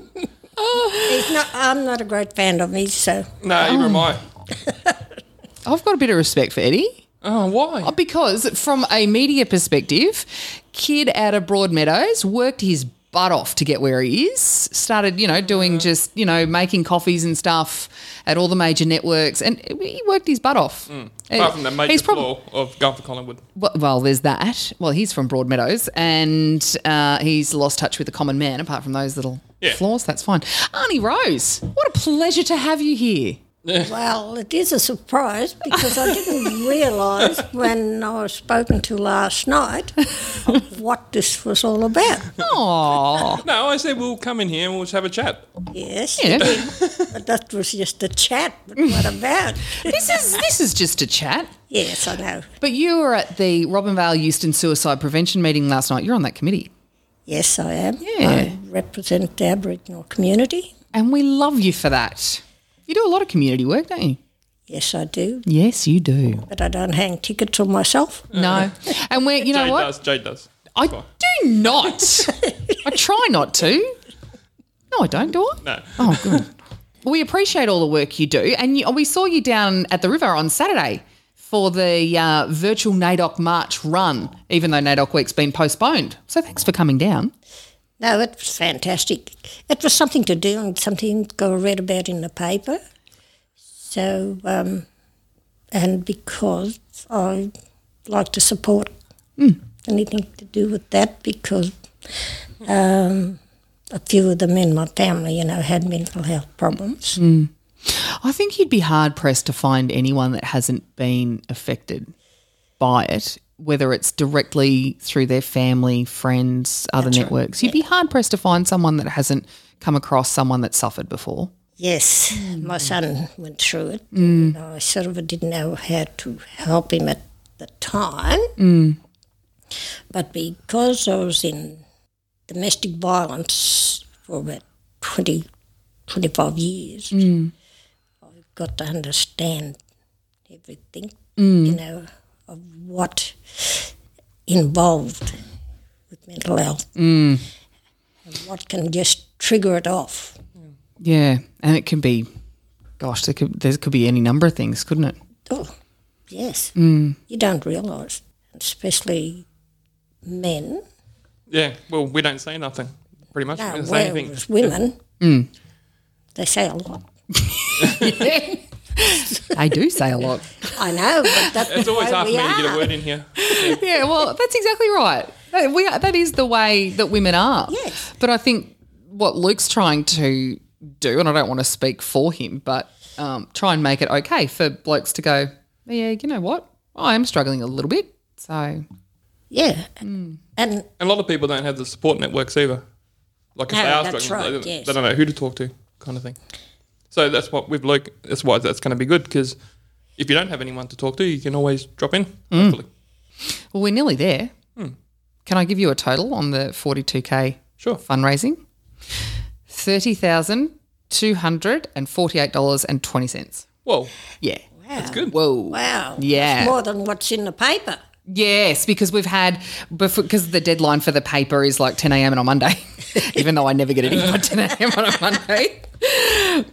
H: he's not, I'm not a great fan of his, so
C: No, even am I.
A: I've got a bit of respect for Eddie
C: Oh, why?
A: because, from a media perspective, kid out of Broadmeadows worked his butt off to get where he is. Started, you know, doing just you know making coffees and stuff at all the major networks, and he worked his butt off.
C: Mm.
A: Eh,
C: Apart from the major
A: he's prob-
C: flaw of going for Collingwood.
A: Well, well, there's that. Well, he's from Broadmeadows and uh, he's lost touch with the common man, apart from those little
C: Yeah.
A: flaws. That's fine. Arnie Rose, what a pleasure to have you here.
H: well, it is a surprise because I didn't realise when I was spoken to last night of what this was all about.
A: Oh,
C: No, I said we'll come in here and we'll just have a chat.
H: Yes,
A: yeah.
H: but that was just a chat. But what about?
A: this is this is just a chat.
H: yes, I know.
A: But you were at the Robin Vale Euston Suicide Prevention meeting last night. You're on that committee,
H: Yes, I am.
A: Yeah.
H: I represent the Aboriginal community.
A: and we love you for that. You do a lot of community work, don't you?
H: Yes, I do,
A: Yes, you do.
H: but I don't hang tickets on myself.
A: No, and we're you know
C: Jade
A: what?
C: does. Jade does.
A: I
C: fine.
A: do not. I try not to. No, I don't, do I?
C: No.
A: Oh, good. Well, we appreciate all the work you do. And you, we saw you down at the river on Saturday for the uh, virtual NAIDOC March run, even though NAIDOC Week's been postponed. So thanks for coming down.
H: No, it was fantastic. It was something to do and something I read about in the paper. So, um, and because I like to support anything to do with that, because um, a few of them in my family, you know, had mental health problems.
A: I think you'd be hard pressed to find anyone that hasn't been affected by it, whether it's directly through their family, friends, other networks. You'd be hard pressed to find someone that hasn't come across someone that suffered before.
H: Yes, my son went through it. And I sort of didn't know how to help him at the time. But because I was in domestic violence for about 20, 25 years, I got to understand everything, you know, of what involved with mental health and what can just trigger it off.
A: Yeah, and it can be, gosh, there could, there could be any number of things, couldn't it?
H: Oh, yes. You don't realise, especially men.
C: Yeah, well, we don't say nothing, pretty much. we
H: No,
C: don't say anything.
H: whereas women, they say a lot.
A: They do say a lot.
H: I know, but that's
C: It's always hard for
H: we
C: me to get
H: are.
C: a word in here.
A: yeah, well, that's exactly right. That- We are, that is the way that women are.
H: Yes.
A: But I think what Luke's trying to do, and I don't want to speak for him, but um, try and make it okay for blokes to go, yeah, you know what? I am struggling a little bit. So,
H: Yeah, and
C: And a lot of people don't have the support networks either. Like if
H: No,
C: they are
H: that's
C: struggling, they,
H: right,
C: don't-
H: yes.
C: they don't know who to talk to, kind of thing. So that's what with Luke. That's why that's going to be good because if you don't have anyone to talk to, you can always drop in.
A: Mm.
C: Hopefully,
A: well, we're nearly there. Can I give you a total on the 42K
C: sure.
A: fundraising? $30,248.20.
C: Well,
A: Yeah.
H: that's
C: good.
A: Whoa.
H: Wow, that's
A: Yeah.
H: more than what's in the paper.
A: Yes, because we've had because the deadline for the paper is like 10 a.m. on a Monday, even though I never get it in by 10 a.m. on a Monday.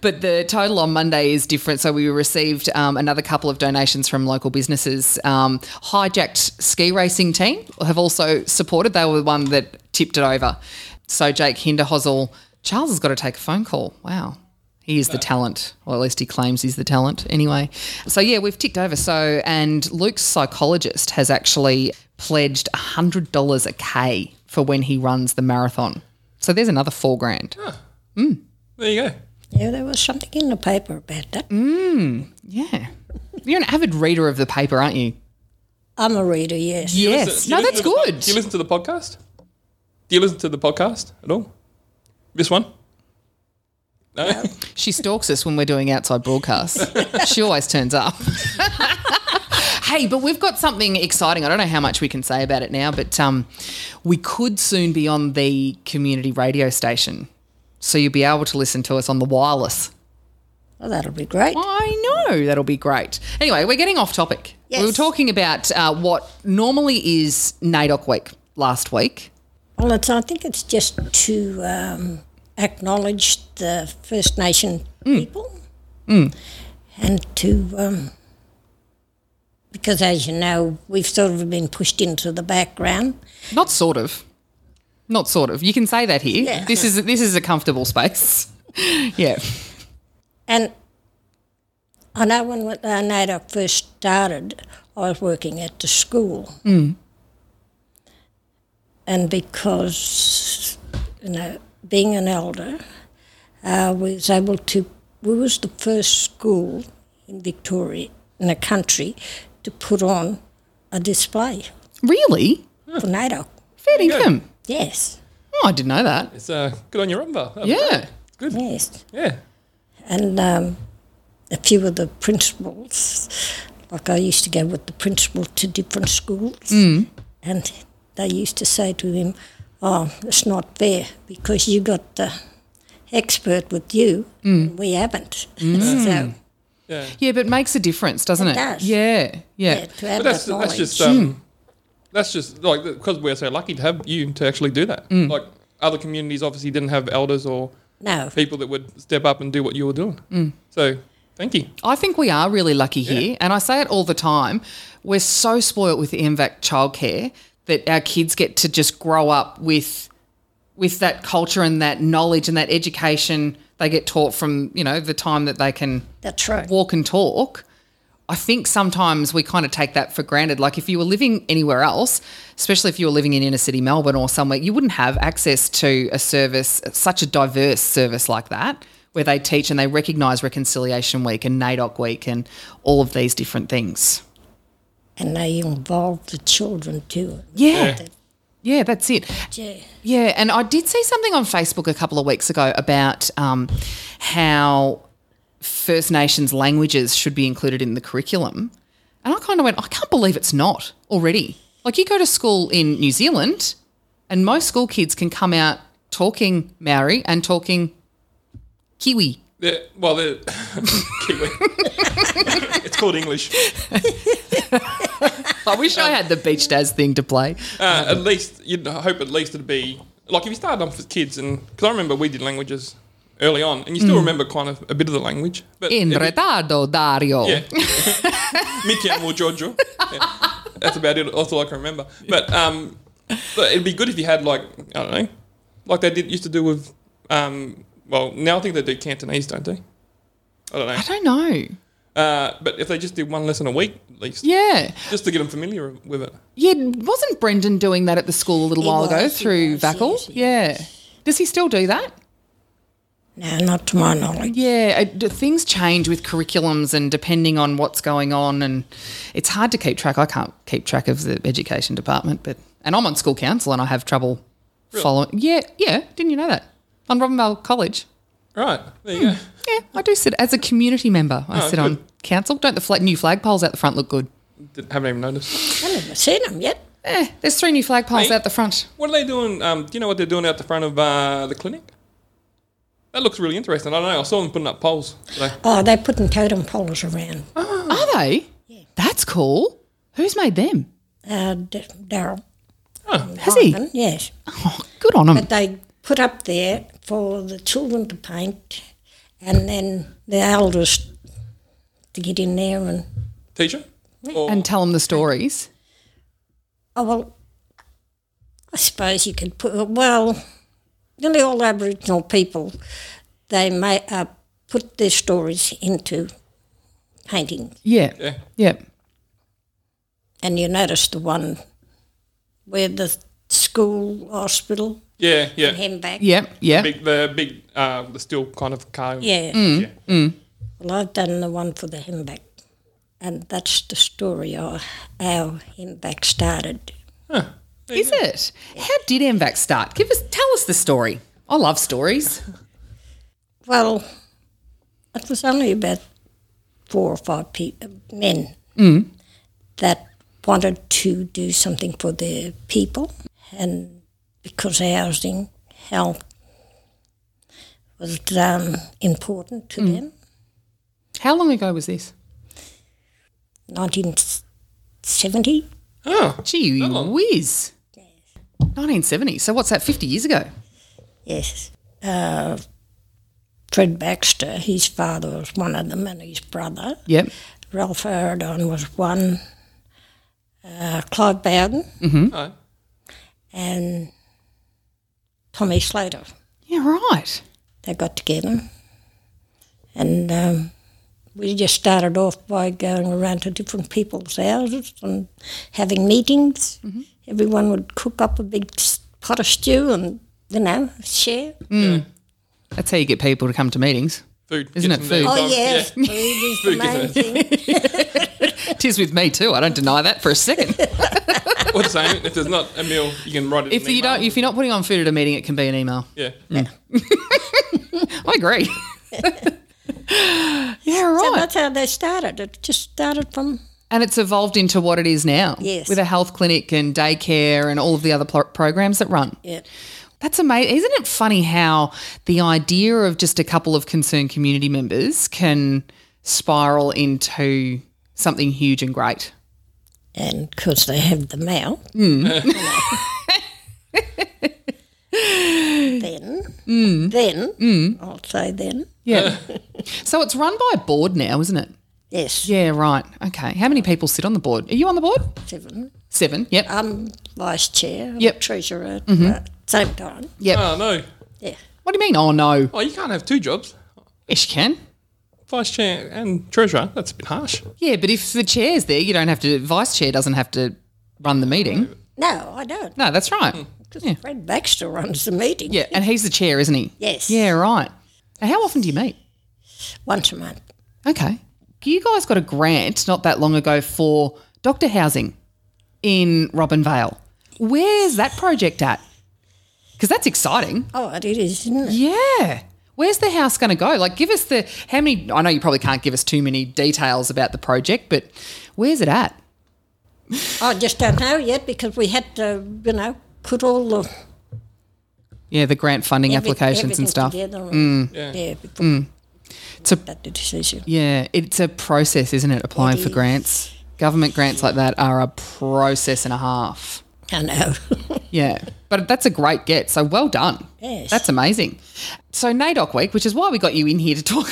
A: But the total on Monday is different. So we received um, another couple of donations from local businesses. Um, hijacked ski racing team have also supported. They were the one that tipped it over. So Jake Hinderhosel, Charles has got to take a phone call. Wow. He is the talent, or at least he claims he's the talent anyway. So, yeah, we've ticked over. So, and Luke's psychologist has actually pledged $100 a K for when he runs the marathon. So, there's another four grand.
C: There you go.
H: Yeah, there was something in the paper about that.
A: Yeah. You're an avid reader of the paper, aren't you?
H: I'm a reader, yes.
A: Yes.
C: You
A: No, that's
C: listen to the-
A: good.
C: Do you listen to the podcast? Do you listen to the podcast at all? This one? No?
A: She stalks us when we're doing outside broadcasts. she always turns up. hey, but we've got something exciting. I don't know how much we can say about it now, but um, we could soon be on the community radio station. So you'll be able to listen to us on the wireless.
H: Well, that'll be great.
A: I know that'll be great. Anyway, we're getting off topic. We were
H: Yes.
A: talking about uh, what normally is NAIDOC week last week.
H: Well, it's, I think it's just to um, acknowledge the First Nation people and to, um, because as you know, we've sort of been pushed into the background.
A: Not sort of. Not sort of. You can say that here.
H: Yeah.
A: This is this is a comfortable space. yeah.
H: And I know when uh, NAIDOC first started, I was working at the school. And because, you know, being an elder, uh, we was able to, we was the first school in Victoria, in the country, to put on a display
A: Really?
H: for NAIDOC.
A: Fair income.
H: Yes,
A: Oh, I didn't know that.
C: It's uh, good on your umber.
A: Yeah.
H: yes.
C: Yeah.
H: and um, a few of the principals. Like I used to go with the principal to different schools, and they used to say to him, "Oh, it's not fair because you got the expert with you, and we haven't." so
A: Yeah, but it makes a difference, doesn't it?
H: It does.
A: Yeah. Yeah.
H: yeah, to have
C: But that's
H: that knowledge.
C: that's just
A: Hmm.
C: um, that's just like because we're so lucky to have you to actually do that.
A: Hmm.
C: Like other communities obviously didn't have elders or
H: no,
C: people that would step up and do what you were doing.
A: Hmm.
C: So thank you.
A: I think we are really lucky here, and I say it all the time. We're so spoilt with the MVAC childcare that our kids get to just grow up with with that culture and that knowledge and that education they get taught from, you know, the time that they can
H: that's right.
A: walk and talk. I think sometimes we kind of take that for granted. Like if you were living anywhere else, especially if you were living in inner city Melbourne or somewhere, you wouldn't have access to a service, such a diverse service like that, where they teach and they recognise Reconciliation Week and NAIDOC Week and all of these different things.
H: and they involve the children too.
A: Yeah. Yeah, that's it.
H: Yeah.
A: Yeah, and I did see something on Facebook a couple of weeks ago about um, how First Nations languages should be included in the curriculum. And I kind of went, I can't believe it's not already. Like, you go to school in New Zealand, and most school kids can come out talking Maori and talking Kiwi.
C: Yeah, well, they're Kiwi. it's called English.
A: I wish I had the Beach Daz thing to play.
C: Uh, at least you'd hope at least it'd be like if you started off with kids and because I remember we did languages early on and you still remember kind of a bit of the language. But
A: Mm. In
C: it'd be-
A: retardo, Dario.
C: Yeah. Mi chiamo Giorgio. Yeah. That's about it. That's all I can remember. But um, but it'd be good if you had like I don't know, like they did used to do with um. Well, now I think they do Cantonese, don't they? I don't
A: I
C: know.
A: don't know.
C: Uh, but if they just did one lesson a week at least,
A: Yeah.
C: just to get them familiar with it.
A: Yeah, wasn't Brendan doing that at the school a little
H: He
A: while
H: was,
A: ago
H: he
A: through
H: was,
A: Vackle?
H: yes,
A: Yeah. Does he still do that?
H: No, not to my knowledge.
A: Yeah, I- Uh, d- things change with curriculums and depending on what's going on, and it's hard to keep track. I can't keep track of the education department, but and I'm on school council and I have trouble following. Yeah, yeah. Didn't you know that on Robinvale College?
C: Right there you go.
A: Yeah, I do sit as a community member. I
C: Oh,
A: sit on
C: good.
A: council. Don't the flag, new flagpoles out the front look good?
C: Didn't, haven't even noticed.
H: I've never seen them yet.
A: Eh, there's three new flagpoles
C: Mate.
A: out the front.
C: What are they doing? Um, do you know what they're doing out the front of uh, the clinic? That looks really interesting. I don't know. I saw them putting up poles today.
H: Oh, they're putting totem poles around.
A: Are they? That's cool. Who's made them?
H: Uh, D- Daryl.
A: Oh, Has he?
H: Ivan, Yes.
A: Oh, good on him.
H: But they put up there for the children to paint and then the elders to get in there and
C: Teacher. Or-
A: And tell him the stories.
H: oh well I suppose you could put well nearly all Aboriginal people they may uh, put their stories into painting.
A: Yeah. Yeah.
C: Yeah.
H: And you notice the one where the school hospital
C: Yeah,
H: and
C: yeah.
H: him back.
A: Yeah. Yeah.
C: Big, the big, uh, the steel kind of car.
H: Yeah.
C: Yeah.
H: Well, I've done the one for the Himback, and that's the story of how Himback started.
A: Is it? How did MVAC start? Give us, tell us the story. I love stories.
H: Well, it was only about four or five pe- men that wanted to do something for their people, and because housing, health was um, important to them.
A: How long ago was this?
H: 1970,
C: Oh,
A: Gee whiz. 1970. So what's that? 50 years ago.
H: yes. Uh, Fred Baxter, his father was one of them, and his brother.
A: Yep.
H: Ralph Aradon was one, uh, Clive Bowden,
C: Oh,
H: and Tommy Slater.
A: Yeah. Right.
H: They got together, and um, we just started off by going around to different people's houses and having meetings. Everyone would cook up a big s- pot of stew and you know share.
A: That's how you get people to come to meetings.
C: food.
A: Isn't
C: Get
A: it
C: some
A: food?
C: there.
H: Oh yes, food is
C: Food,
H: the
C: isn't
H: main
C: it?
H: thing.
A: Tis with me too. I don't deny that for a second.
C: What's saying? If there's not a meal, you can write it.
A: if
C: in
A: you
C: email.
A: don't, if you're not putting on food at a meeting, it can be an email.
C: yeah.
A: I agree. yeah.
H: So
A: Right.
H: that's how they started. It just started from
A: And it's evolved into what it is now.
H: Yes.
A: With a health clinic and daycare and all of the other pro- programs that run.
H: yeah.
A: That's amazing. Isn't it funny how the idea of just a couple of concerned community members can spiral into something huge and great?
H: and because they have the mouth.
A: Mm.
H: then,
A: Mm.
H: then, I'll say then.
A: Yeah. so it's run by a board now, isn't it?
H: Yes,
A: Yeah, right. Okay. How many people sit on the board? Are you on the board?
H: seven.
A: Seven. Yep.
H: I'm vice chair,
A: Yep. Mm-hmm.
H: treasurer at the same time.
A: yep.
C: Oh no.
H: Yeah.
A: what do you mean? Oh, no.
C: Oh, you can't have two jobs.
A: Yes, you can.
C: Vice chair and treasurer. That's a bit harsh.
A: Yeah, but if the chair's there, you don't have to, vice chair doesn't have to run the meeting.
H: No, Hmm. I don't.
A: No, that's right. Yeah.
H: Fred Baxter runs the meeting.
A: Yeah. And he's the chair, isn't he?
H: Yes.
A: Yeah, right. And how often do you meet?
H: Once a month.
A: Okay. You guys got a grant not that long ago for doctor housing in Robin Vale. Where's that project at? Because that's exciting.
H: Oh, it is, isn't it?
A: Yeah. Where's the house going to go? Like, give us the how many. I know you probably can't give us too many details about the project, but where's it at?
H: I just don't know yet because we had to, you know, put all the
A: Yeah, the grant funding
H: every-
A: applications
H: everything
A: and stuff.
H: together. and-
C: Yeah.
H: Yeah, before
A: It's a
H: that decision.
A: Yeah, it's a process, isn't it? Applying for
H: is.
A: grants, government grants like that are a process and a half.
H: I know.
A: Yeah, but that's a great get. So well done.
H: Yes.
A: That's amazing. So NAIDOC week, which is why we got you in here to talk.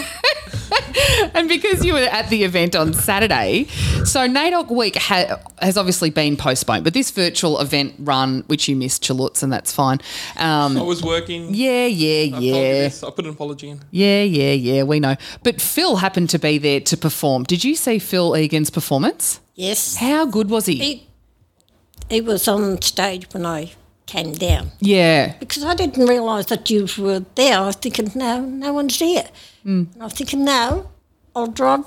A: and because you were at the event on Saturday, so NAIDOC week ha- has obviously been postponed, but this virtual event run, which you missed, Chalutz, and that's fine.
C: I
A: Um,
C: was working.
A: yeah, yeah,
C: Oh. I told you
A: yeah.
C: this. I put an apology in.
A: Yeah, yeah, yeah, we know. But Phil happened to be there to perform. Did you see Phil Egan's performance?
H: Yes.
A: How good was he?
H: He, he was on stage when I came down
A: Yeah.
H: because I didn't realise that you were there. I was thinking, no, no one's here. Mm. And I was thinking, no, I'll drive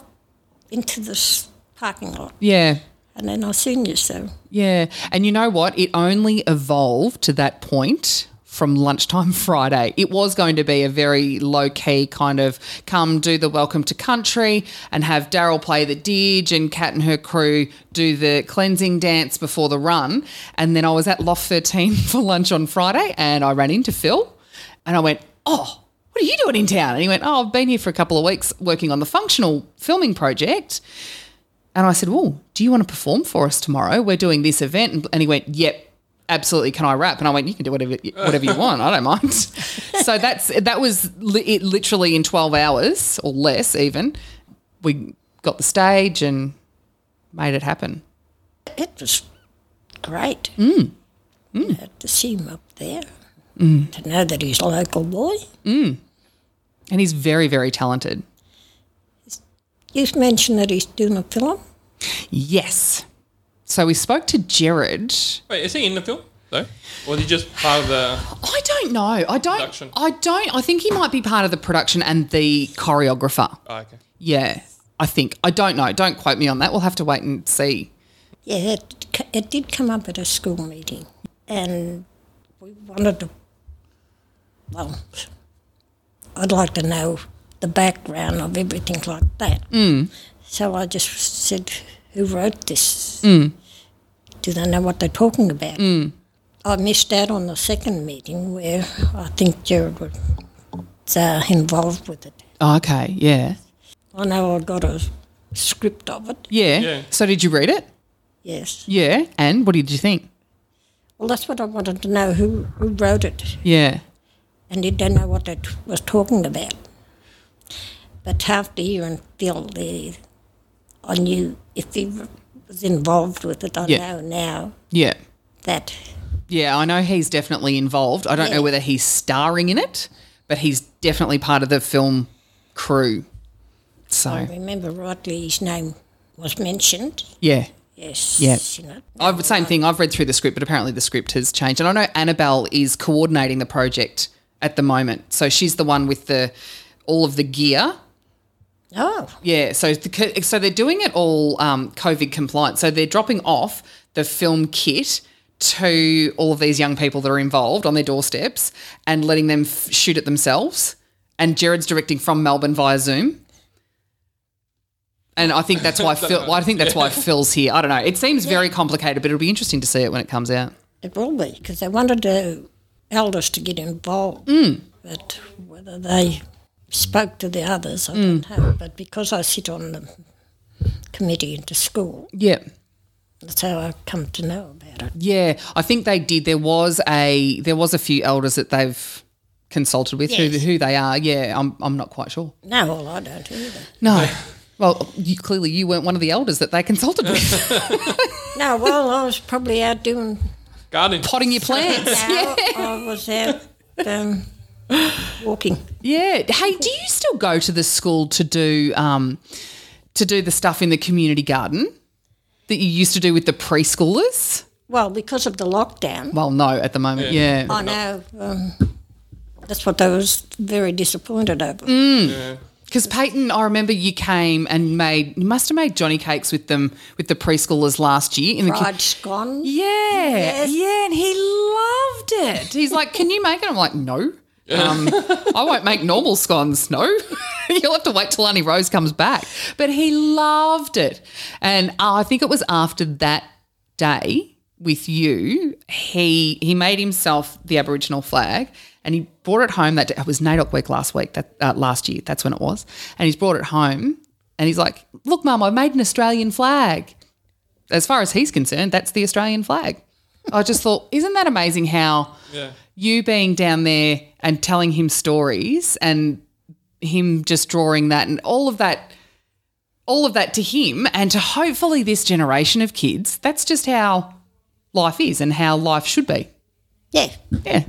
H: into this parking lot.
A: Yeah.
H: And then I seen you, so
A: Yeah. And you know what? It only evolved to that point from lunchtime Friday. It was going to be a very low key kind of come do the welcome to country and have Daryl play the Didge and Kat and her crew do the cleansing dance before the run. And then I was at Loft 13 for lunch on Friday and I ran into Phil and I went, Oh, what are you doing in town? And he went, Oh, I've been here for a couple of weeks working on the functional filming project. And I said, Well, do you want to perform for us tomorrow? We're doing this event. And- And he went, Yep, absolutely. Can I rap? And I went, You can do whatever whatever you want. I don't mind. so that's that was li- it literally in 12 hours or less, even. We got the stage and made it happen.
H: it was great. Had to see him up there, to know that he's a local boy.
A: And he's very, very talented.
H: You mentioned that he's doing a film.
A: Yes. So we spoke to Jared.
C: Wait, is he in the film though, or is he just part of the?
A: I don't know. I don't.
C: Production.
A: I don't. I think he might be part of the production and the choreographer.
C: Oh, okay.
A: Yeah, I think. I don't know. Don't quote me on that. We'll have to wait and see.
H: Yeah, it, c- it did come up at a school meeting, and we wanted to. Well, I'd like to know the background of everything like that. Mm. So I just said, "Who wrote this? Do they know what they're talking about?" I missed out on the second meeting where I think Jared was uh, involved with it.
A: Oh, okay. Yeah.
H: I know I got a script of it.
A: yeah.
C: Yeah.
A: So did you read it?
H: Yes.
A: Yeah. And what did you think?
H: Well, that's what I wanted to know. Who who wrote it?
A: Yeah.
H: and he didn't know what they t- was talking about. But after hearing Phil there, I knew if he w- was involved with it, I
A: Yeah.
H: know now
A: Yeah.
H: that
A: Yeah. I know he's definitely involved. I don't know whether he's starring in it, but he's definitely part of the film crew.
H: I
A: So
H: remember rightly his name was mentioned.
A: yeah.
H: Yes.
A: Yeah.
H: You know,
A: I've same thing. I've read through the script, but apparently the script has changed. And I know Annabelle is coordinating the project at the moment, so she's the one with the all of the gear.
H: oh,
A: Yeah, so the, co- so they're doing it all um, COVID compliant. So they're dropping off the film kit to all of these young people that are involved on their doorsteps and letting them f- shoot it themselves. And Jared's directing from Melbourne via Zoom. And I think that's why Phil. Well, I think that's why Phil's here. I don't know. It seems very complicated, but it'll be interesting to see it when it comes out.
H: it will be because they wanted the elders to get involved,
A: Mm.
H: but whether they spoke to the others, I
A: Mm.
H: don't know. But because I sit on the committee into school,
A: Yeah.
H: That's how I come to know about it.
A: Yeah, I think they did. There was a there was a few elders that they've consulted with who,
H: Yes.
A: who they are. Yeah, I'm I'm not quite sure.
H: No, well, I don't either.
A: No. Well, you, clearly you weren't one of the elders that they consulted with,
H: No, well, I was probably out doing.
C: Garden.
A: potting your plants.
H: No, I was out um, walking.
A: Yeah. Hey, do you still go to the school to do um, to do the stuff in the community garden that you used to do with the preschoolers?
H: Well, because of the lockdown,
A: Well, no, at the moment. Yeah.
H: I know um, that's what I was very disappointed over.
A: Mm. Because Peyton, I remember you came and made you must have made Johnny cakes with them with the preschoolers last year in the.
H: Fried scone.
A: Yeah, yeah, and he loved it. He's like, "Can you make it?" I'm like, "No, um, I won't make normal scones. No, you'll have to wait till Auntie Rose comes back." But he loved it, and uh, I think it was after that day with you, he he made himself the Aboriginal flag. And he brought it home that day. It was NAIDOC week last week, that uh, last year. That's when it was. And he's brought it home, and he's like, "Look, Mum, I made an Australian flag." as far as he's concerned, that's the Australian flag. I just thought, isn't that amazing how you being down there and telling him stories and him just drawing that and all of that, all of that to him and to hopefully this generation of kids, that's just how life is and how life should be.
H: Yeah,
A: Yeah.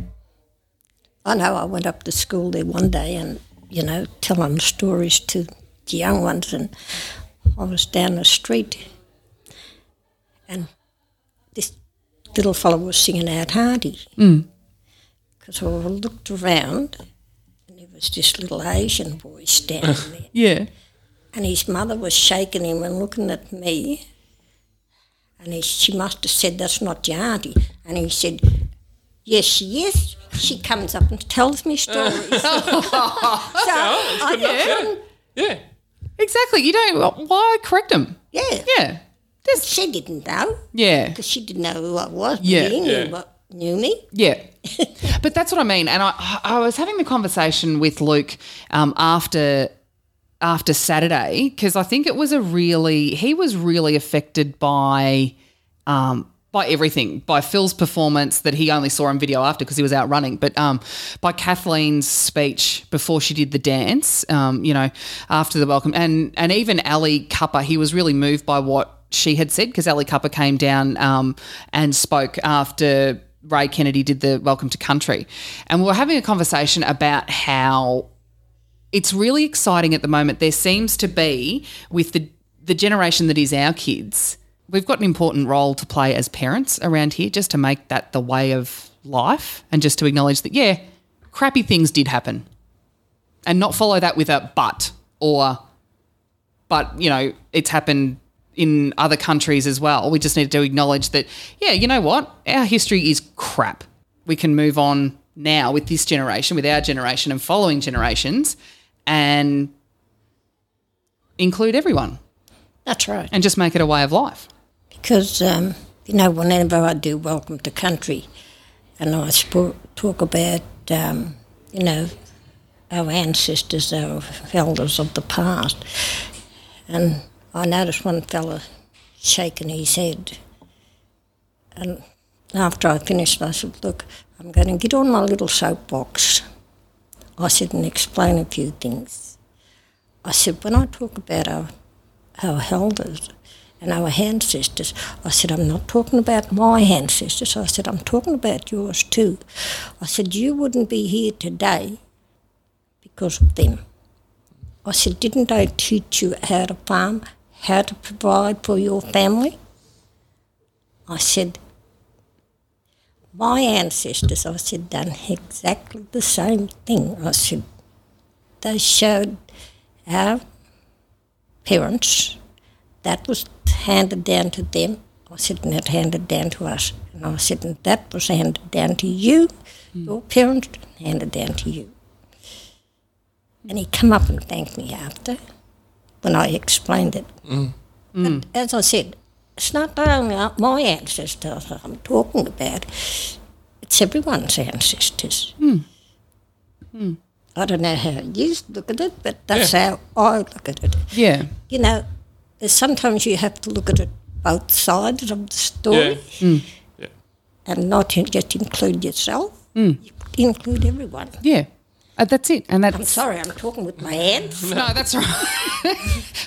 H: I know. I went up to school there one day and you know telling stories to the young ones, and I was down the street, and this little fellow was singing out Hardy. Because I looked around, and there was this little Asian boy standing there,
A: Yeah.
H: and his mother was shaking him and looking at me. And he, she must have said, That's not your auntie. And he said, Yes, she is. She comes up and tells me stories. so I didn't,
C: Yeah.
A: Exactly. You don't, why correct him?
H: yeah.
A: Yeah. Just,
H: She didn't know
A: yeah.
H: because she didn't know who I was. but
A: Yeah.
H: He knew,
C: Yeah.
H: what, knew me.
A: Yeah. but that's what I mean. And I, I was having the conversation with Luke um, after after Saturday because I think it was a really he was really affected by um, by everything by Phil's performance that he only saw on video after because he was out running, but um, by Kathleen's speech before she did the dance, um, you know, after the welcome, and and even Ali Cuppa, he was really moved by what she had said because Ali Cuppa came down um, and spoke after. Ray Kennedy did the Welcome to Country. And we were having a conversation about how it's really exciting at the moment. There seems to be with the the generation that is our kids, we've got an important role to play as parents around here, just to make that the way of life, and just to acknowledge that yeah, crappy things did happen, and not follow that with a but or but you know it's happened in other countries as well. We just need to acknowledge that yeah, you know what, our history is crap. We can move on now with this generation, with our generation and following generations, and include everyone
H: That's right.
A: and just make it a way of life.
H: because um, you know whenever I do Welcome to Country, and I sp- talk about um, you know our ancestors, our elders of the past, and I noticed one fella shaking his head, and after I finished, I said, "Look, I'm going to get on my little soapbox." I said, and explain a few things. I said, when I talk about our our elders and our ancestors. I said, I'm not talking about my ancestors. I said, I'm talking about yours too. I said, you wouldn't be here today because of them. I said, didn't they teach you how to farm, how to provide for your family? I said, my ancestors, I said, done exactly the same thing. I said, they showed our parents. That was handed down to them. I said, and it handed down to us. And I said, and that was handed down to you. Your parents handed down to you. And he come up and thanked me after when I explained it. But as I said, it's not only my ancestors that I'm talking about. It's everyone's ancestors. I don't know how you look at it, but that's how I look at it
A: Yeah.
H: you know, there's sometimes you have to look at it both sides of the story
C: Yeah.
H: and not in- just include yourself,
A: Hmm.
H: you include everyone.
A: Yeah. Uh, that's it. And
H: I'm
A: that's
H: sorry, I'm talking with my hands.
A: no, that's right.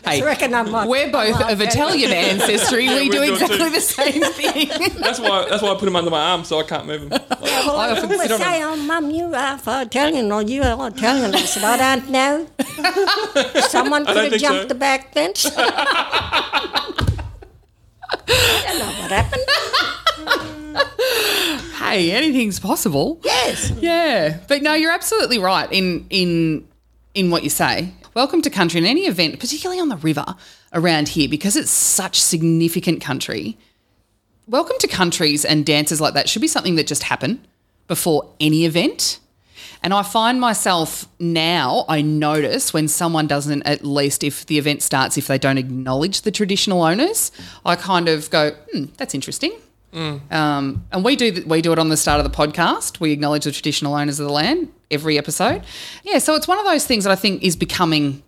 H: I reckon I'm like,
A: We're both
H: like
A: of
H: that.
A: Italian ancestry. we do
C: doing
A: exactly
C: too.
A: the same thing.
C: That's why. That's why I put them under my arm so I can't move them.
H: Well, I
A: often
H: always
A: sit on
H: say, oh, Mum, you are for Italian or you are Italian. I said, I don't know. Someone could have
C: think
H: jumped
C: so.
H: the back fence. I don't know what happened.
A: hey, anything's possible.
H: Yes.
A: Yeah, but no, you're absolutely right in in in what you say. Welcome to country in any event, particularly on the river around here, because it's such significant country. Welcome to countries and dances like that should be something that just happen before any event. And I find myself now, I notice when someone doesn't, at least if the event starts, if they don't acknowledge the traditional owners, I kind of go, hmm, that's interesting. Um, and we do th- we do it on the start of the podcast. We acknowledge the traditional owners of the land every episode. Yeah, so it's one of those things that I think is becoming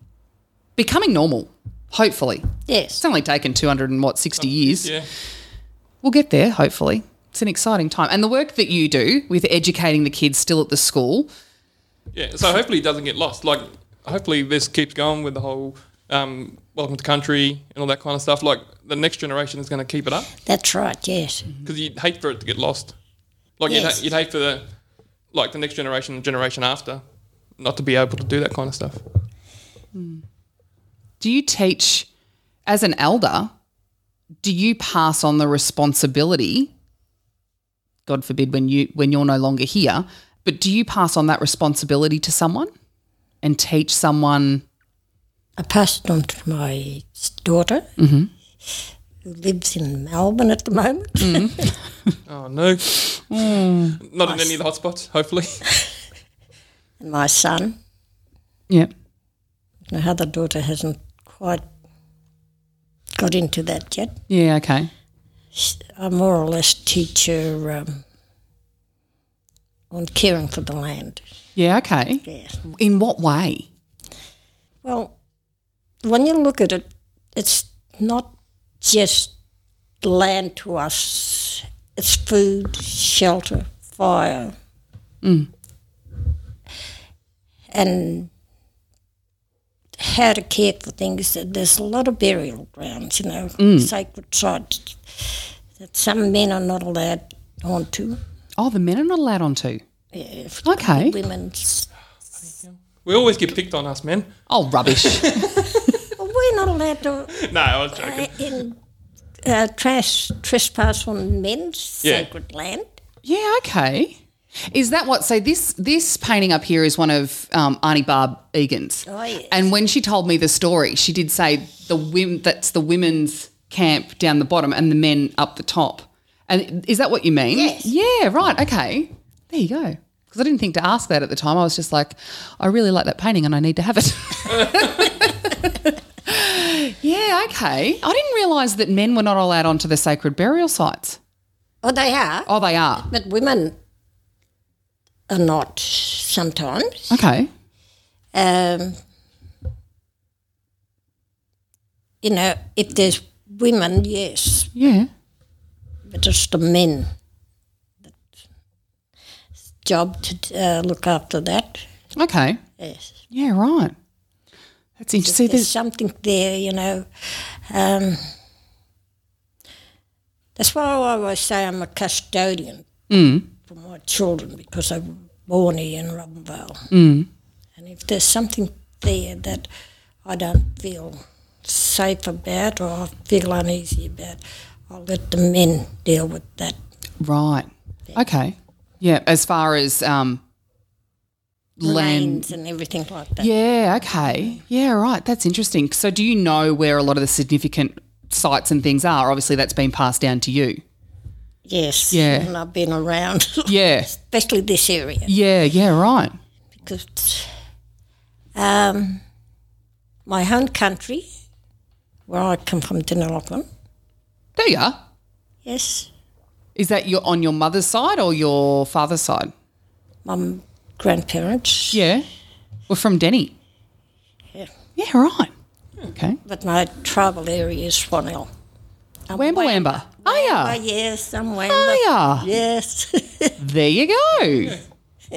A: becoming normal. Hopefully,
H: Yes.
A: it's only taken two hundred and what sixty years.
C: Yeah.
A: We'll get there. Hopefully, it's an exciting time. And the work that you do with educating the kids still at the school.
C: Yeah, so hopefully it doesn't get lost. Like, hopefully this keeps going with the whole um, welcome to country and all that kind of stuff. Like, the next generation is going to keep it up
H: That's right, yes.
C: because you'd hate for it to get lost. Like, you'd,
H: Yes.
C: ha- you'd hate for the like the next generation and generation after not to be able to do that kind of stuff.
A: Do you teach as an elder? Do you pass on the responsibility? God forbid when you when you're no longer here, but do you pass on that responsibility to someone and teach someone?
H: I passed it on to my daughter, who lives in Melbourne at the moment.
C: Oh, no.
A: Hmm.
C: Not in any of the hotspots, hopefully.
H: And my son,
A: Yeah,
H: my other daughter, hasn't quite got into that yet.
A: yeah, okay,
H: I more or less teach her um, on caring for the land.
A: yeah, okay.
H: Yes.
A: In what way?
H: Well, when you look at it, it's not just land to us, it's food, shelter, fire. And how to care for things. There's a lot of burial grounds, you know, sacred sites that some men are not allowed onto.
A: Oh, the men are not allowed onto.
H: Yeah, if
A: Okay.
H: Women's
C: We always get picked on us, men.
A: Oh, rubbish.
H: Well, we're not allowed to
C: No, I was
H: uh,
C: joking.
H: in, uh, tras- trespass on men's
C: Yeah.
H: sacred land.
A: yeah, okay. Is that what? So this this painting up here is one of um, Arnie Barb Egan's.
H: Oh, yes.
A: And when she told me the story, she did say the wim that's the women's camp down the bottom and the men up the top. And is that what you mean?
H: Yes.
A: Yeah. Right. Okay. There you go. Because I didn't think to ask that at the time. I was just like, I really like that painting and I need to have it. yeah. Okay. I didn't realise that men were not allowed onto the sacred burial sites.
H: Oh, they are,
A: Oh, they are.
H: but women are not sometimes.
A: Okay.
H: Um, you know, if there's women, yes,
A: Yeah.
H: but it's the men that's job to uh, look after that.
A: Okay.
H: Yes.
A: Yeah, right. That's interesting.
H: there's
A: There's,
H: something there, you know. Um, that's why I always say I'm a custodian
A: Mm.
H: for my children because I was born here in Robinvale.
A: Mm.
H: And if there's something there that I don't feel safe about or I feel uneasy about, I'll let the men deal with that.
A: right. Okay. Yeah, as far as um, land.
H: Lanes and everything like that.
A: Yeah, okay. Yeah, right. That's interesting. So, do you know where a lot of the significant sites and things are? Obviously, that's been passed down to you.
H: Yes.
A: Yeah.
H: And I've been around,
A: Yeah.
H: especially this area.
A: Yeah, yeah, right.
H: because um, my home country, where I come from, Dinalokan,
A: There you are.
H: yes,
A: Is that your on your mother's side or your father's side?
H: my grandparents,
A: Yeah. We're from Denny.
H: Yeah.
A: Yeah, right.
H: Hmm.
A: Okay.
H: but my tribal area is Swanell. I'm
A: Wamba
H: Wamba.
A: Wamba. Oh,
H: Oh,
A: yeah.
H: yes, I'm Wamba.
A: Oh, yeah.
H: Yes.
A: There you go.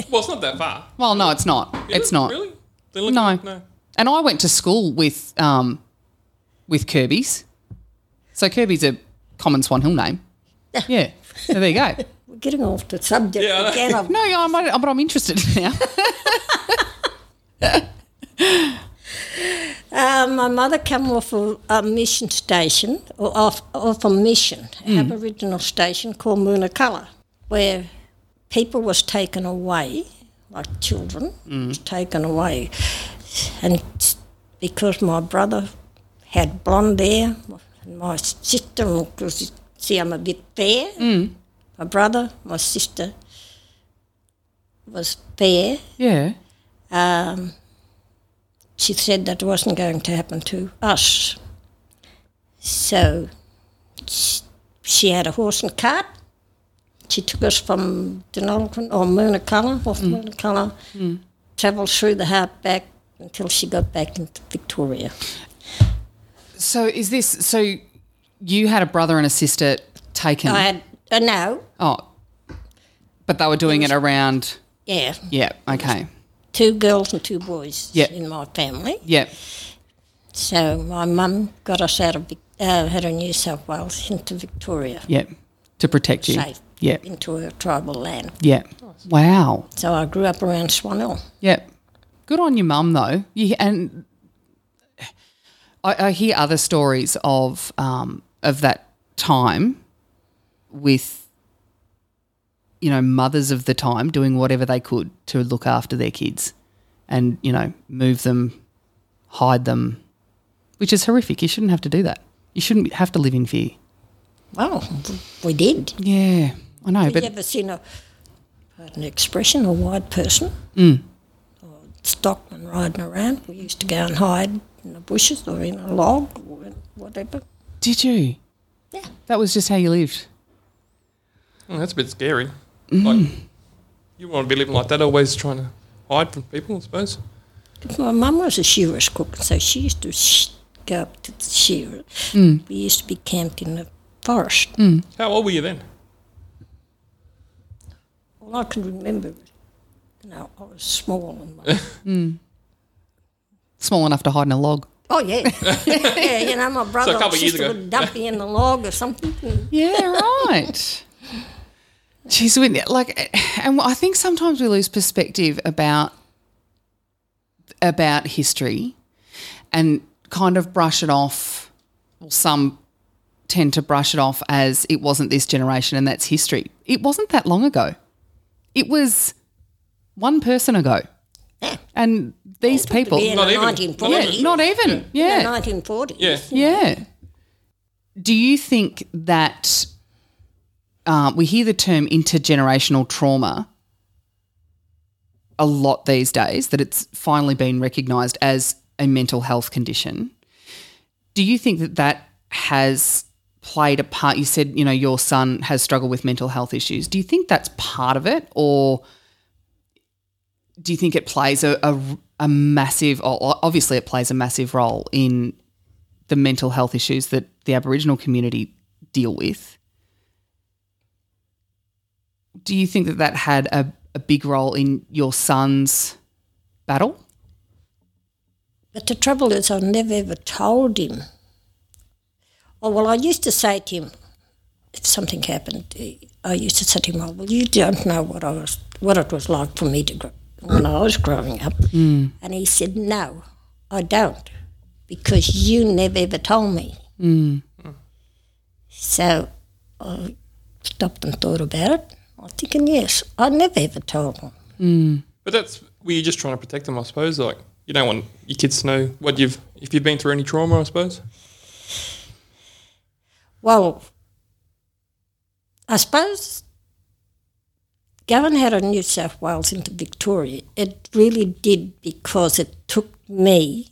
C: Well, it's not that far.
A: Well, no, it's not.
C: Is
A: it's
C: it?
A: not.
C: Really? They look-
A: No.
C: No.
A: And I went to school with um, with Kirby's. So Kirby's a common Swan Hill name. Yeah. So there you go.
H: We're getting off the subject
C: Yeah, I know.
H: again. I've-
A: No, I'm, but I'm interested now.
H: Uh, my mother came off a, a mission station, or off, off a mission, Aboriginal station called Moonakala, where people was taken away, like children, was taken away. And s- because my brother had blonde hair, and my sister, because you see I'm a bit fair, my brother, my sister was fair,
A: yeah.
H: um, she said that wasn't going to happen to us. So sh- she had a horse and cart. She took us from Denolican or Moonacalla,
A: Mm.
H: off Moonacalla, travelled through the hardback until she got back into Victoria.
A: So is this? So you had a brother and a sister taken?
H: I had, uh, no,
A: oh, but they were doing it around.
H: yeah,
A: Yeah. Okay.
H: two girls and two boys
A: Yeah.
H: in my family.
A: Yeah.
H: So my mum got us out of, Vic- uh, out of New South Wales into Victoria.
A: Yeah. To protect you.
H: safe
A: Yeah.
H: into a tribal land.
A: Yeah. Wow.
H: So I grew up around Swanell.
A: Yep. Good on your mum though. You, and I, I hear other stories of um, of that time with you know mothers of the time doing whatever they could to look after their kids and you know move them, hide them, which is horrific. You shouldn't have to do that. You shouldn't have to live in fear.
H: Well, we did.
A: Yeah, I know,
H: Have
A: but
H: you ever seen a, an expression, a white person? Or stockman riding around. We used to go and hide in the bushes or in a log or in whatever.
A: did you?
H: Yeah.
A: That was just how you lived.
C: Oh, that's a bit scary. Like, you want to be living like that, always trying to hide from people, I suppose.
H: My mum was a shearer's cook, so she used to sh- go up to the shearer. We used to be camped in the forest.
C: How old were you then?
H: All I can remember, was, you know, I was small and my
A: Small enough to hide in a log.
H: Oh yeah, yeah. You know, my brother
C: So a couple
H: or
C: of years
H: sister
C: ago.
H: would dump me in the log or something. and
A: Yeah, right. Jeez, we, like, and I think sometimes we lose perspective about about history and kind of brush it off. Well, some tend to brush it off as it wasn't this generation and that's history. It wasn't that long ago. It was one person ago. And these people,
H: Be in
C: Not
H: the
C: even-
H: 1940s.
C: not even-
A: not even, yeah.
H: In the 1940s.
C: Yeah.
A: Yeah. Do you think that uh, we hear the term intergenerational trauma a lot these days, that it's finally been recognised as a mental health condition? Do you think that that has played a part? You said, you know, your son has struggled with mental health issues. Do you think that's part of it or do you think it plays a, a, a massive, or or obviously it plays a massive role in the mental health issues that the Aboriginal community deal with. Do you think that that had a, a big role in your son's battle?
H: But the trouble is, I never ever told him. Oh, well, I used to say to him, if something happened, eh, I used to say to him, oh, well, you don't know what I was, what it was like for me to grow, when I was growing up. And he said, no, I don't, because you never ever told me. So I stopped and thought about it. I'm thinking, yes, I never ever told him.
C: But that's well, you're just trying to protect them, I suppose. Like you don't want your kids to know what you've if you've been through any trauma, I suppose.
H: Well, I suppose going out of New South Wales into Victoria, it really did because it took me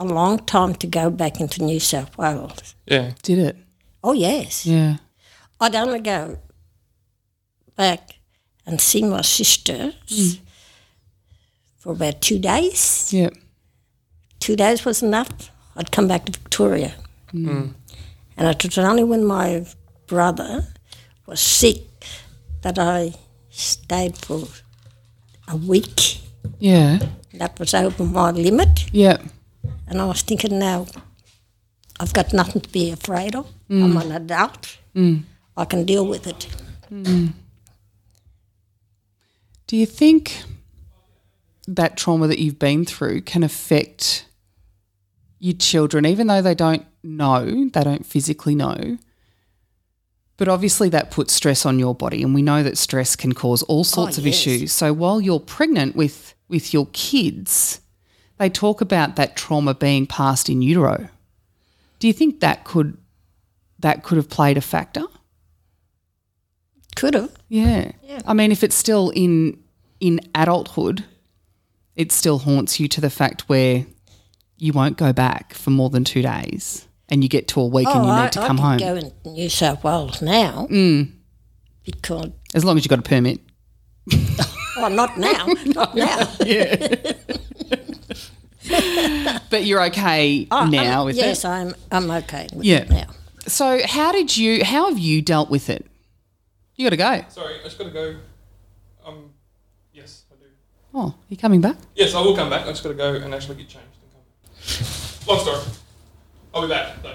H: a long time to go back into New South Wales.
C: Yeah.
A: Did it?
H: Oh, yes.
A: Yeah.
H: I'd only go back and see my sisters for about two days.
A: Yeah.
H: two days was enough. I'd come back to Victoria. And it was only when my brother was sick that I stayed for a week.
A: Yeah.
H: That was over my limit.
A: Yeah.
H: And I was thinking, now I've got nothing to be afraid of. I'm an adult. I can deal with it.
A: Do you think that trauma that you've been through can affect your children, even though they don't know, they don't physically know? But obviously, that puts stress on your body, and we know that stress can cause all sorts of
H: yes.
A: issues. So while you're pregnant with with your kids, they talk about that trauma being passed in utero. Do you think that could that could have played a factor?
H: Could have.
A: Yeah. I mean, if it's still in in adulthood, it still haunts you to the fact where you won't go back for more than two days, and you get to a week and you need
H: Oh, I,
A: to
H: I
A: come
H: could
A: home.
H: go in New South Wales now because,
A: As long as you have got a permit.
H: oh, not now, not now.
A: But you're okay
H: Oh,
A: now
H: I'm,
A: with
H: yes,
A: it.
H: I'm I'm okay with
A: Yeah.
H: it now.
A: So how did you? How have you dealt with it? You got to go.
C: Sorry, I just gotta go. Um, yes, I do.
A: Oh, you coming back?
C: Yes, I will come back. I just gotta go and actually get changed and come. back. Long story. I'll be back. Though.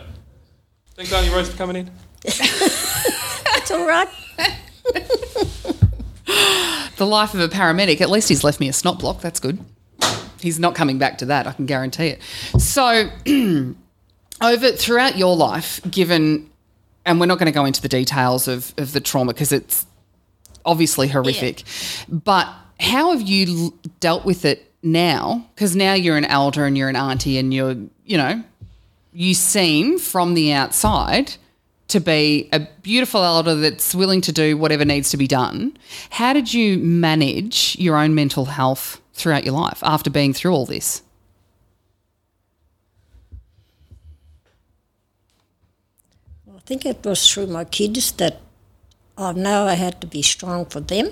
C: Thanks, Arnie Rose, for coming in.
H: It's all right.
A: The life of a paramedic. At least he's left me a snot block. That's good. He's not coming back to that. I can guarantee it. So, over throughout your life, given, and we're not going to go into the details of, of the trauma because it's obviously horrific, but how have you l- dealt with it now? Because now you're an elder and you're an auntie and you're, you know, you seem from the outside to be a beautiful elder that's willing to do whatever needs to be done. How did you manage your own mental health throughout your life after being through all this?
H: I think it was through my kids that I know I had to be strong for them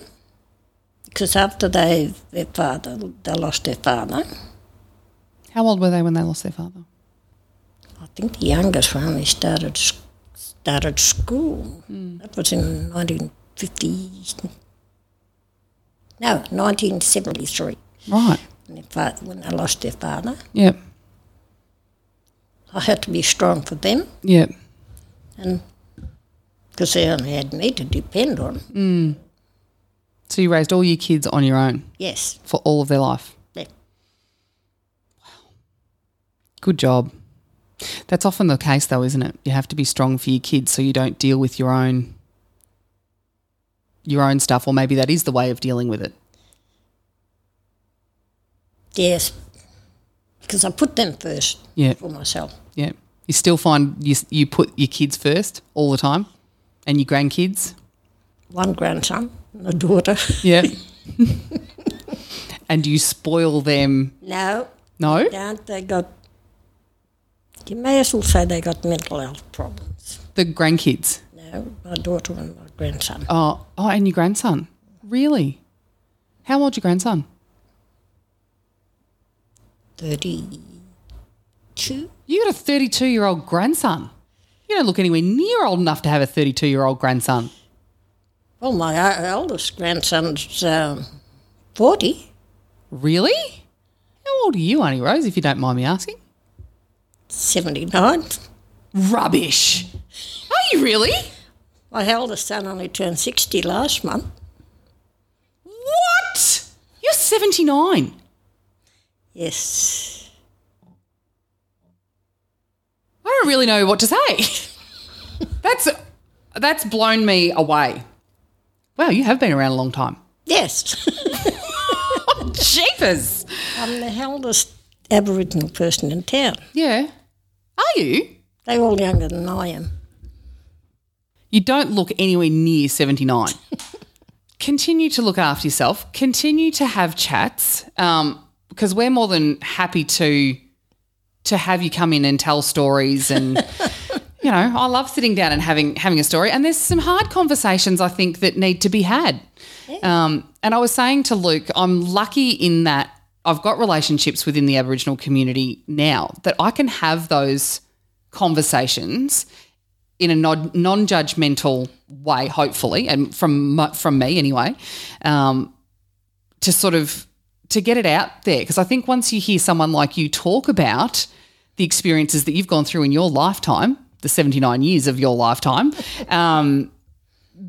H: because after they their father they lost their father.
A: How old were they when they lost their father?
H: I think the youngest one he started s- started school. That was in 1950. No, 1973.
A: Right.
H: When their fa- when they lost their father,
A: Yep.
H: I had to be strong for them.
A: Yep.
H: and because they only had me to depend on.
A: So you raised all your kids on your own
H: Yes,
A: for all of their life.
H: yeah.
A: Good job. That's often the case, though, isn't it? You have to be strong for your kids so you don't deal with your own your own stuff, or maybe that is the way of dealing with it.
H: Yes, because I put them first
A: Yeah,
H: for myself.
A: yeah. You still find you you put your kids first all the time, and your grandkids.
H: One grandson, and a daughter.
A: Yeah. and you spoil them.
H: no,
A: No.
H: don't they got? You may as well say they got mental health problems.
A: The grandkids.
H: No, my daughter and my grandson.
A: Oh, oh, and your grandson. Really? How old's your grandson?
H: Thirty-two.
A: You got a 32 year old grandson. You don't look anywhere near old enough to have a 32 year old grandson.
H: Well, my o- eldest grandson's um, forty.
A: Really? How old are you, Auntie Rose, if you don't mind me asking?
H: 79.
A: Rubbish. Are you really?
H: My eldest son only turned 60 last month.
A: What? You're 79.
H: Yes.
A: I don't really know what to say. that's that's blown me away. Wow, you have been around a long time.
H: Yes.
A: Jeepers.
H: I'm the eldest Aboriginal person in town.
A: Yeah. Are you?
H: They're all younger than I am.
A: You don't look anywhere near 79. Continue to look after yourself. Continue to have chats um, because we're more than happy to to have you come in and tell stories and you know I love sitting down and having having a story and there's some hard conversations I think that need to be had. Um, and I was saying to Luke, I'm lucky in that I've got relationships within the Aboriginal community now that I can have those conversations in a non judgmental way, hopefully, and from mu- from me anyway, um, to sort of to get it out there because I think once you hear someone like you talk about the experiences that you've gone through in your lifetime, the seventy nine years of your lifetime, um,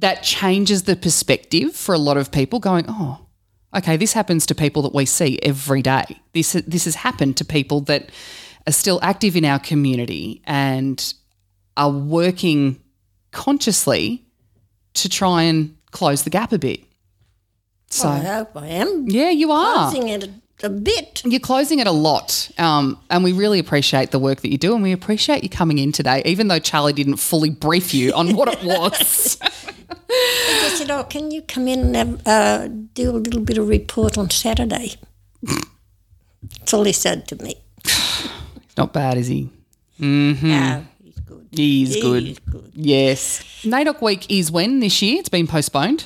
A: that changes the perspective for a lot of people. Going, oh, okay, this happens to people that we see every day. This this has happened to people that are still active in our community and are working consciously to try and close the gap a bit. So Ah.
H: I hope I am.
A: yeah, you are.
H: Using it a, a bit.
A: You're closing it a lot, um, and we really appreciate the work that you do, and we appreciate you coming in today, even though Charlie didn't fully brief you on what it was.
H: I said, oh, can you come in and have, uh, do a little bit of report on Saturday? That's all he said to me.
A: Not bad, is he?
H: No, Ah, he's good.
A: He's
H: He's
A: good.
H: good.
A: Yes. NAIDOC week is when this year? It's been postponed.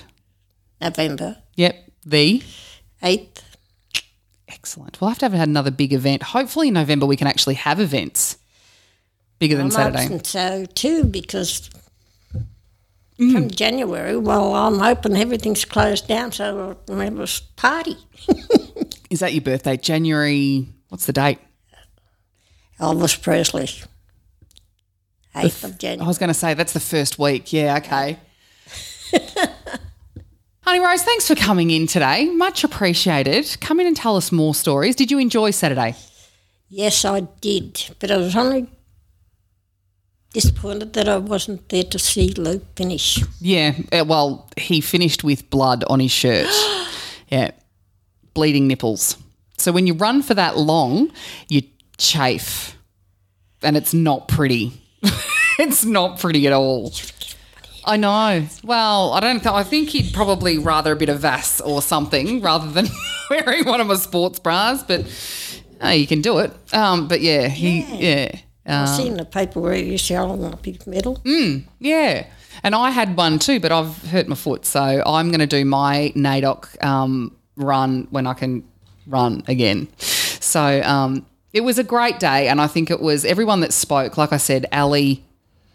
H: November
A: Yep. The
H: 8th.
A: excellent. We'll have to have had another big event. Hopefully, in November we can actually have events bigger than
H: I'm
A: Saturday.
H: hoping so too because come January, well, I'm hoping everything's closed down, so I'll have a party.
A: Is that your birthday? January. What's the date?
H: Elvis Presley, eighth of
A: I
H: January.
A: was going to say that's the first week. Yeah, okay. Honey Rose, thanks for coming in today. Much appreciated. Come in and tell us more stories. Did you enjoy Saturday?
H: Yes, I did, but I was only disappointed that I wasn't there to see Luke finish.
A: Yeah. uh, Well, he finished with blood on his shirt. yeah. Bleeding nipples. So when you run for that long, you chafe. And it's not pretty. it's not pretty at all. I know. Well, I don't. Th- I think he'd probably rather a bit of Vass or something rather than wearing one of my sports bras. But uh, you can do it. Um, but yeah, he yeah.
H: I
A: Oh.
H: seen the paper where you see I want a big medal.
A: Yeah. And I had one too, but I've hurt my foot. So I'm going to do my NADOC um, run when I can run again. So um, it was a great day. And I think it was everyone that spoke, like I said, Ali,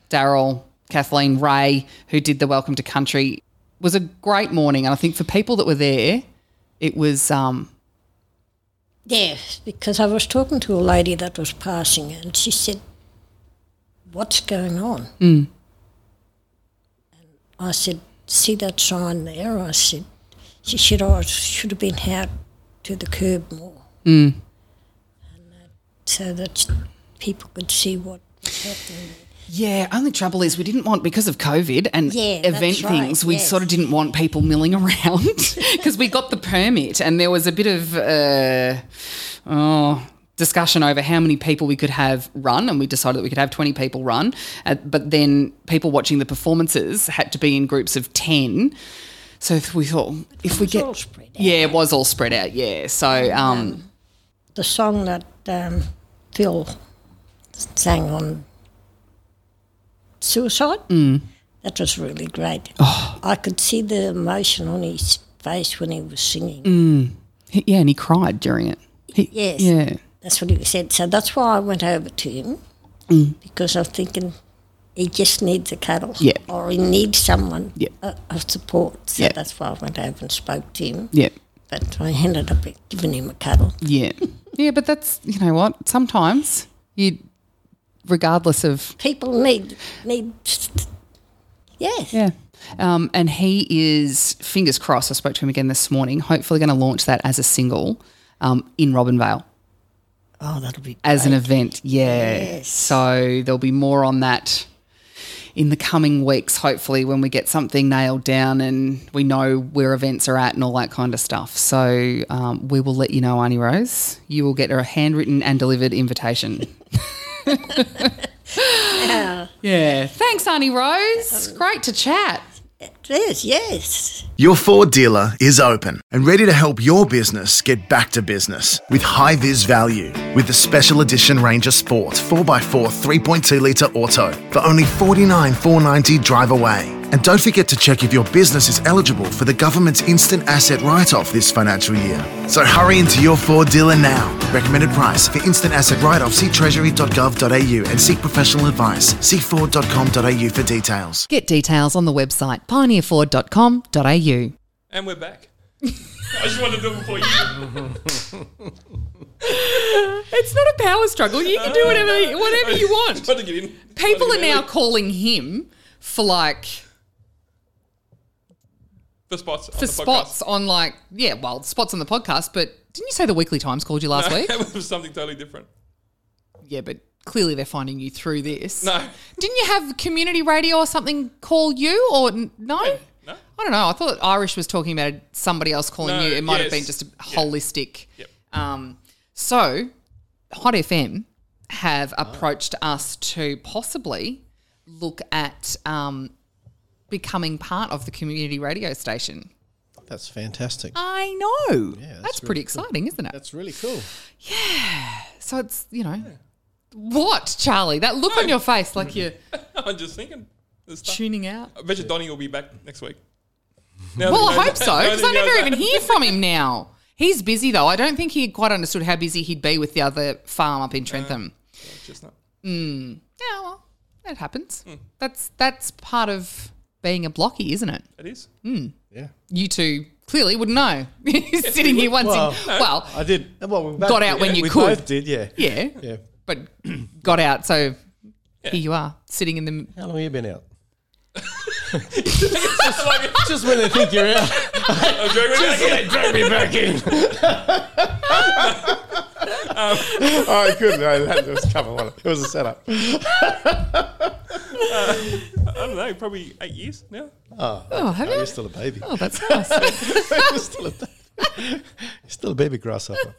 A: Daryl, Kathleen, Ray, who did the Welcome to Country, was a great morning. And I think for people that were there, it was. Um,
H: Yes, because I was talking to a lady that was passing, and she said, "What's going on?" Mm. And I said, "See that sign there?" I said, "She said oh, I should have been out to the curb more." Mm. And that, so that people could see what was happening.
A: Yeah, only trouble is we didn't want because of COVID and
H: Yeah, that's
A: event
H: right,
A: things. We
H: yes.
A: sort of didn't want people milling around because we got the permit and there was a bit of uh, oh discussion over how many people we could have run, and we decided that we could have twenty people run. Uh, but then people watching the performances had to be in groups of ten. So if we thought if we
H: was
A: get
H: all spread out.
A: yeah, it was all spread out. Yeah, so um,
H: The song that um, Phil sang on suicide,
A: Mm.
H: that was really great.
A: Oh.
H: I could see the emotion on his face when he was singing.
A: Mm. he- yeah, and he cried during it. He-
H: Yes.
A: yeah.
H: That's what he said. So that's why I went over to him because I'm thinking he just needs a cuddle
A: Mm. Yeah.
H: or he needs someone
A: Yeah.
H: o- of support. So
A: Yeah.
H: that's why I went over and spoke to him.
A: Yeah.
H: But I ended up giving him a cuddle.
A: Yeah. Yeah, but that's, you know what? Sometimes you, regardless of,
H: People need, need st- yes.
A: yeah. Um, and he is, fingers crossed, I spoke to him again this morning, hopefully going to launch that as a single um, in Robinvale
H: Oh, that'll be
A: as an
H: great.
A: event. Yeah.
H: Yes.
A: So there'll be more on that in the coming weeks, hopefully, when we get something nailed down and we know where events are at and all that kind of stuff. So um, we will let you know, Arnie Rose. You will get a handwritten and delivered invitation. yeah. Thanks, Arnie Rose. Great to chat.
H: Yes, yes.
F: Your Ford dealer is open and ready to help your business get back to business with high vis value with the special edition Ranger Sport 4x4 3.2 litre auto for only $49,490 drive away. And don't forget to check if your business is eligible for the government's instant asset write off this financial year. So hurry into your Ford dealer now. Recommended price for instant asset write off see treasury.gov.au and seek professional advice. See Ford.com.au for details.
A: Get details on the website pioneerford.com.au.
C: And we're back. I just wanted to do it before you.
A: It's not a power struggle. You can do whatever, whatever you want.
C: Trying to get in.
A: People
C: Trying
A: are
C: to get
A: now
C: in.
A: calling him for like
C: for spots.
A: for spots on like yeah, well, spots on the podcast. But didn't you say the Weekly Times called you last week?
C: it was something totally different.
A: Yeah, but clearly they're finding you through this.
C: No.
A: didn't you have community radio or something call you or n- no?
C: No.
A: I don't know. I thought Irish was talking about somebody else calling
C: No,
A: you. It might have
C: yes.
A: been just a
C: Yeah.
A: holistic.
C: Yep.
A: Um, so, Hot FM have
C: Ah.
A: approached us to possibly look at um, becoming part of the community radio station.
D: That's fantastic.
A: I know. that's
D: that's
A: pretty
D: really cool.
A: exciting, isn't it?
D: That's really cool.
A: so it's you know, what Charlie? That look on your face, like you're
C: I'm just thinking. This stuff.
A: tuning out.
C: I bet you Donnie will be back next week. Now
A: Well, I
C: that he
A: hope
C: knows-
A: so
C: now that
A: because
C: he
A: I never
C: knows
A: even
C: that.
A: hear from him now. He's busy though. I don't think he quite understood how busy he'd be with the other farm up in Trentham.
C: Just not.
A: yeah, Hmm. well, that happens. That's that's part of being a blocky, isn't it?
C: It is.
D: Yeah.
A: You two clearly would know. Sitting here once, well, well,
D: I did. Well, we both
A: Got out
D: did.
A: when you
D: we
A: could.
D: both did, yeah.
A: yeah,
D: Yeah.
A: but got out. So here you are, sitting in the
D: How long have you been out? Just when they think you're out.
C: Oh, Joe, we're back in.
D: drag me back in. I couldn't. Oh, No, that was come on. It was a setup.
C: I don't know, probably eight years now.
A: oh, have
D: You're
A: you?
D: still a baby.
A: Oh, that's nice.
D: You're still a baby. You're still a baby grasshopper.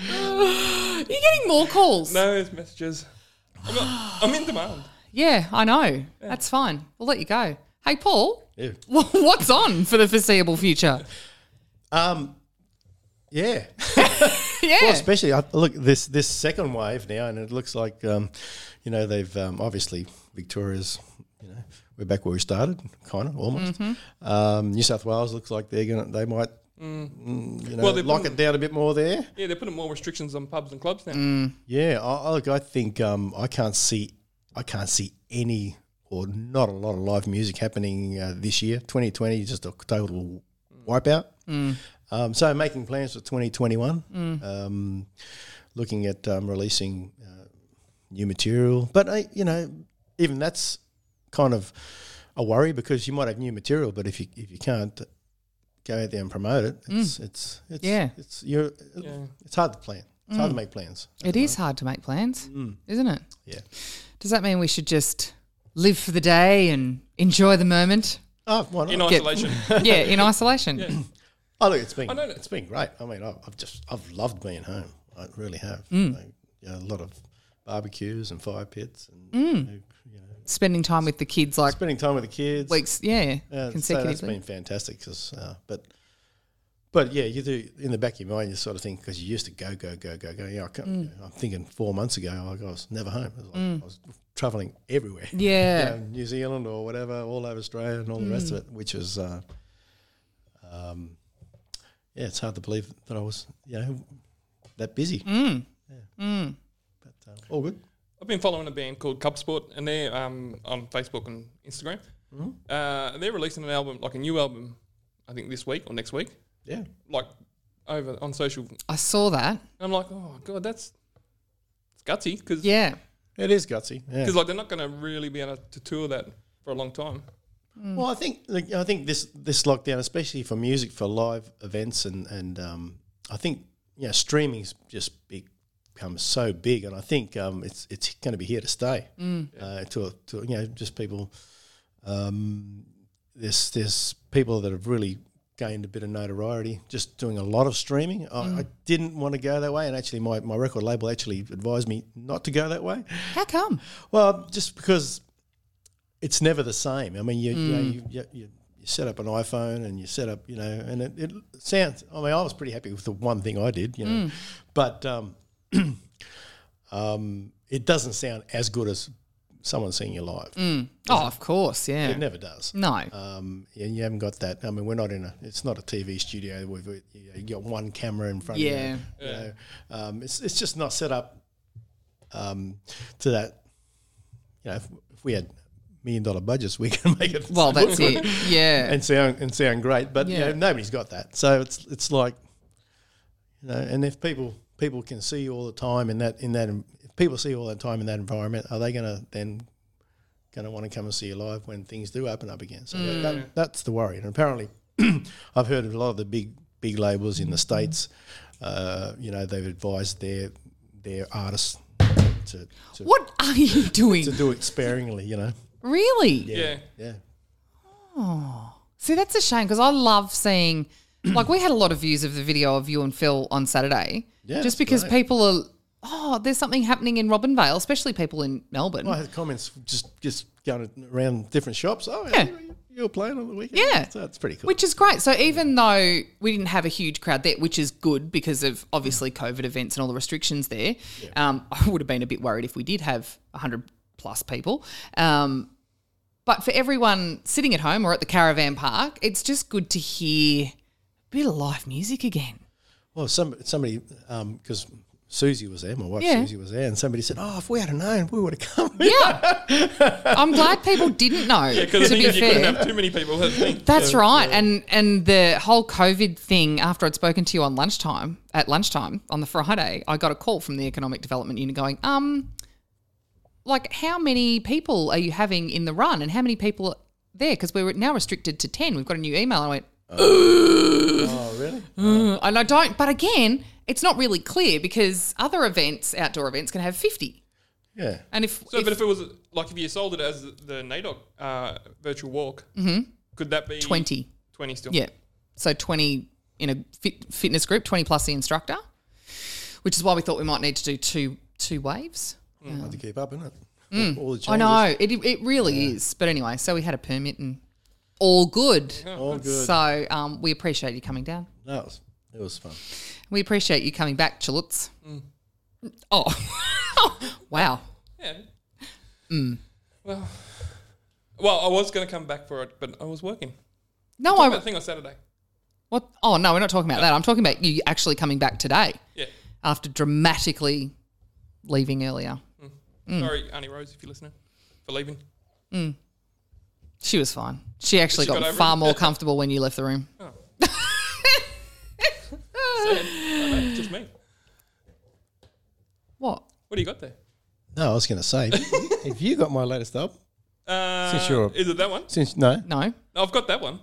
A: You're getting more calls.
C: No, it's messages. I'm, not, I'm in demand.
A: Yeah, I know. That's fine. We'll let you go. Hey, Paul,
D: Yeah.
A: what's on for the foreseeable future?
D: Um, yeah.
A: Yeah.
D: Well, especially I, look this this second wave now, and it looks like um, you know they've um, obviously Victoria's. You know, we're back where we started, kind of almost.
C: Mm-hmm.
D: Um, New South Wales looks like they're gonna they might mm, you know
C: Well, they've
D: lock
C: been-
D: it down a bit more there.
C: Yeah, they're putting more restrictions on pubs and clubs now.
A: Mm.
D: Yeah, I, I- look, I think um, I can't see I can't see any or not a lot of live music happening uh, this year. Twenty twenty just a total wipeout. Um, so making plans for twenty twenty one. Um, looking at um, releasing uh, new material, but I, you know, even that's kind of a worry because you might have new material, but if you if you can't go out there and promote it, it's it's, it's
A: Yeah.
D: it's you're it's hard to plan. It's hard to make plans.
A: It is hard to make plans, isn't it?
D: Yeah.
A: Does that mean we should just live for the day and enjoy the moment?
D: Oh, why not?
C: in
A: Get-
C: isolation.
A: Yeah, in isolation.
D: oh, look, it's been
C: know that-
D: it's been great. I mean, I've, I've just I've loved being home. I really have.
C: Mm.
D: Like, you know, a lot of barbecues and fire pits and
C: Mm.
D: you know,
A: Spending time with the kids, like
D: spending time with the kids.
A: weeks, yeah,
D: Yeah, so
A: consecutively.
D: that's been fantastic. 'cause, uh, but but yeah, you do in the back of your mind, you sort of think because you used to go go go go go. Yeah, I can't,
C: Mm.
D: I'm thinking four months ago, like I was never home. I was, like, I was traveling everywhere.
A: yeah.
D: you know, New Zealand or whatever, all over Australia and all the rest of it, which is, uh, um, yeah, it's hard to believe that I was, you know, that busy. Yeah. But uh, all good.
C: I've been following a band called Cup Sport, and they're um, on Facebook and Instagram.
A: Mm-hmm.
C: Uh, they're releasing an album, like a new album, I think this week or next week,
D: Yeah.
C: like over on social. And
A: I saw that.
C: I'm like, oh god, that's it's gutsy because
A: Yeah.
D: It is gutsy. Yeah.
C: like they're not going to really be able to tour that for a long time.
D: Well, I think like, I think this this lockdown, especially for music, for live events, and and um, I think yeah, streaming's just big, become so big, and I think um, it's it's going to be here to stay. Uh, to to you know, just people. Um, there's there's people that have really gained a bit of notoriety just doing a lot of streaming. I, I didn't want to go that way, and actually, my my record label actually advised me not to go that way.
A: How come?
D: Well, just because it's never the same. I mean, you, you, know, you, you, you you set up an iPhone and you set up, you know, and it, it sounds. I mean, I was pretty happy with the one thing I did, you know, but um, um, it doesn't sound as good as someone seeing you live.
A: Oh, of course. Yeah. uh,
D: It never does.
A: No.
D: Um, and you haven't got that. I mean, we're not in a. It's not a TV studio. We've we- you know, you got one camera in front.
A: Yeah.
D: Of you, you know. um, it's it's just not set up um, to that. You know, if, if we had million dollar budgets, we can make it
A: well, that's it. Yeah.
D: and sound and sound great. But you
A: Yeah.
D: know, nobody's got that. So it's it's like you know, and if people people can see you all the time in that in that if people see you all the time in that environment, are they gonna then gonna want to come and see you live when things do open up again? So that, that's the worry. And apparently, I've heard of a lot of the big big labels in the states. Uh, you know, they've advised their their artists to to,
A: what are you doing?
D: to do it sparingly. You know,
A: really?
C: Yeah,
D: yeah.
A: See, that's a shame because I love seeing. Like we had a lot of views of the video of you and Phil on Saturday.
D: Yeah,
A: Just
D: that's
A: because
D: great.
A: people are. Oh, there's something happening in Robin Vale, especially people in Melbourne.
D: Oh, I had comments just just going around different shops. Oh,
A: Yeah.
D: you, you were playing on the weekend.
A: Yeah.
D: so that's pretty cool.
A: Which is great. So even though we didn't have a huge crowd there, which is good because of obviously COVID events and all the restrictions there, um, I would have been a bit worried if we did have 100 plus people. Um, but for everyone sitting at home or at the caravan park, it's just good to hear a bit of live music again.
D: well, some somebody because Susie was there, my wife
A: Yeah.
D: Susie was there, and somebody said, "Oh, if we had known, we would have come."
A: Yeah. I'm glad people didn't know,
C: because
A: to be
C: you couldn't
A: fair.
C: have too many people. I think.
A: That's right. And and the whole COVID thing, after I'd spoken to you on lunchtime, at lunchtime on the Friday, I got a call from the Economic Development Unit going, um, like how many people are you having in the run and how many people are there? Because we're now restricted to 10. We've got a new email. And I went,
D: Oh, really?
A: "Uh," and I don't, but again, it's not really clear because other events, outdoor events, can have 50.
D: Yeah.
A: And if,
C: So,
A: if-
C: but if it was like if you sold it as the NADOC uh, virtual walk,
A: Mm-hmm.
C: could that be
A: 20,
C: 20 still?
A: yeah. So 20 in a fit, fitness group, 20 plus the instructor, which is why we thought we might need to do two two waves.
D: Hard to keep up, isn't it? All the
A: Mm. I
D: changes.
A: know it. It really is. But anyway, so we had a permit and all good.
D: All good.
A: So um, we appreciate you coming down.
D: No, it was, it was fun.
A: We appreciate you coming back, Chulutz.
D: Mm.
A: Oh, wow.
C: Yeah. Well, well, I was going to come back for it, but I was working.
A: No,
C: I
A: I
C: think on Saturday.
A: what? Oh no, we're not talking about that. I'm talking about you actually coming back today
C: Yeah.
A: after dramatically leaving earlier.
C: Sorry, Annie Rose, if you're listening, for leaving.
A: She was fine. She actually
C: She
A: got,
C: got over
A: far
C: it?
A: more comfortable when you left the room.
C: No, just me.
A: What?
C: What do you got there?
D: No, I was going to say, if you got my latest album,
C: Uh,
D: Since you're-
C: is it that one?
D: since no,
A: No.
C: No, I've got that one.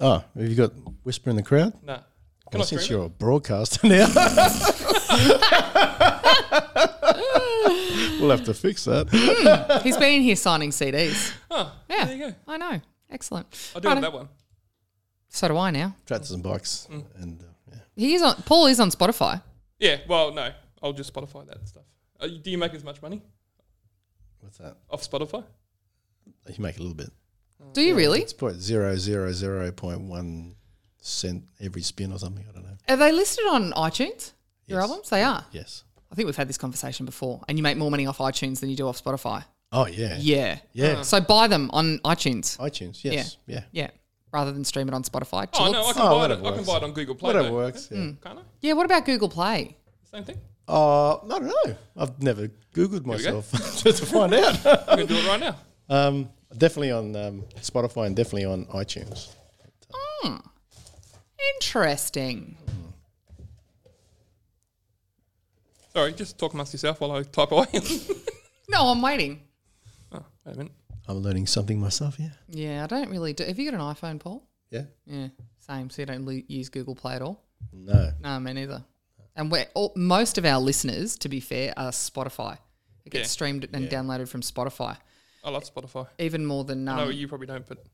D: oh, have you got Whisper in the Crowd?
C: No. Can
D: Well,
C: I
D: since
C: stream
D: you're a broadcaster now, We'll have to fix that.
A: He's been here signing CDs. yeah,
C: there you go.
A: I know. Excellent.
C: I do
A: Righto.
C: have that one.
A: So do I now.
D: Tractors and bikes. And uh, yeah.
A: He is on. Paul is on Spotify.
C: Yeah, well, no. I'll just Spotify that stuff. Uh, do you make as much money
D: what's that?
C: off Spotify?
D: You make a little bit.
C: Oh,
A: Do you really?
D: It's point zero zero zero point one cent every spin or something. I don't know.
A: Are they listed on iTunes? Your
D: Yes.
A: albums? They are.
D: Yes.
A: I think we've had this conversation before. And you make more money off iTunes than you do off Spotify.
D: Oh yeah.
A: Yeah.
D: Yeah.
A: So buy them on iTunes.
D: iTunes. Yes. Yeah.
A: Yeah. Rather than stream it on Spotify.
C: Oh, no, I can,
D: Oh,
C: buy, it.
D: whatever
C: I can
D: works.
C: buy it on Google Play.
D: Whatever
C: though.
D: works. Yeah.
C: Can't I?
A: Yeah, what about Google Play?
C: Same thing.
D: Uh, I don't know. I've never Googled
C: go.
D: myself just to find out.
C: I can do it right now.
D: um, definitely on um, Spotify and definitely on iTunes.
A: Interesting.
C: Sorry, just talk amongst yourself while I type away.
A: No, I'm waiting.
C: oh, wait a minute.
D: I'm learning something myself. Yeah.
A: Yeah, I don't really do. Have you got an iPhone, Paul?
D: Yeah.
A: Yeah, same. So you don't lo- use Google Play at all?
D: No.
A: No, me neither. And we're all, most of our listeners, to be fair, are Spotify. It gets
C: Yeah.
A: streamed and downloaded from Spotify,
C: I love Spotify.
A: even more than um,
C: No, you probably don't, but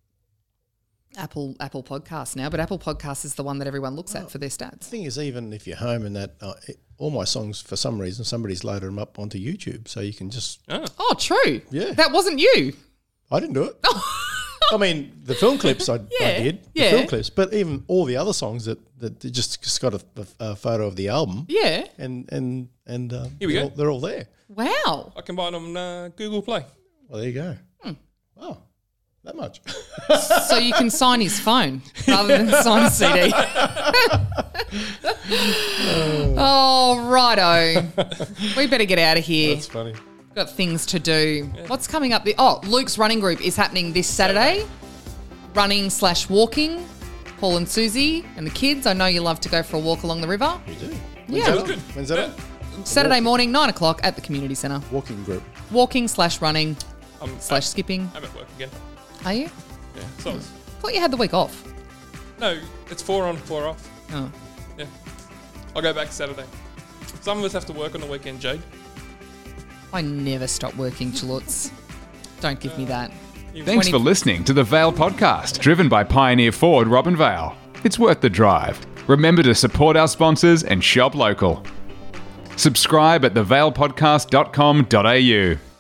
A: Apple Apple Podcasts now. But Apple Podcasts is the one that everyone looks at for their
D: The
A: stats.
D: thing is, even if you're home and that, uh, it, all my songs for some reason somebody's loaded them up onto YouTube, so you can just.
A: Oh, true.
D: Yeah.
A: that wasn't you.
D: I didn't do it. I mean, the film clips I,
A: Yeah,
D: I did, the
A: yeah.
D: film clips, but even all the other songs that that they just, just got a, a, a photo of the album,
A: Yeah.
D: and and and um,
C: Here we
D: they're,
C: go.
D: All, they're all there.
A: Wow.
C: I can buy it on uh, Google Play.
D: Well, there you go.
A: Hmm.
D: Wow, that much.
A: So you can sign his phone rather than sign a CD. oh, righto. We better get out of here.
D: That's funny.
A: Got things to do. What's coming up? The oh, Luke's running group is happening this Saturday. Running slash walking. Paul and Susie and the kids. I know you love to go for a walk along the river.
D: You do.
A: Yeah.
D: When's that? on? When's that? on?
A: Saturday morning, nine o'clock at the community centre.
D: Walking group.
A: Walking slash running
D: Um,
C: I'm,
A: slash skipping.
C: I'm at work again.
A: Are you?
C: Yeah. So it's,
A: Thought you had the week off.
C: no, it's four on, four off.
A: Oh.
C: Yeah. I'll go back Saturday. Some of us have to work on the weekend, Jade.
A: I never stop working, Chalutz. Don't give me that.
B: Thanks for listening to the Vale podcast, driven by Pioneer Ford Robin Vale. It's worth the drive. Remember to support our sponsors and shop local. Subscribe at thevalepodcast.com.au.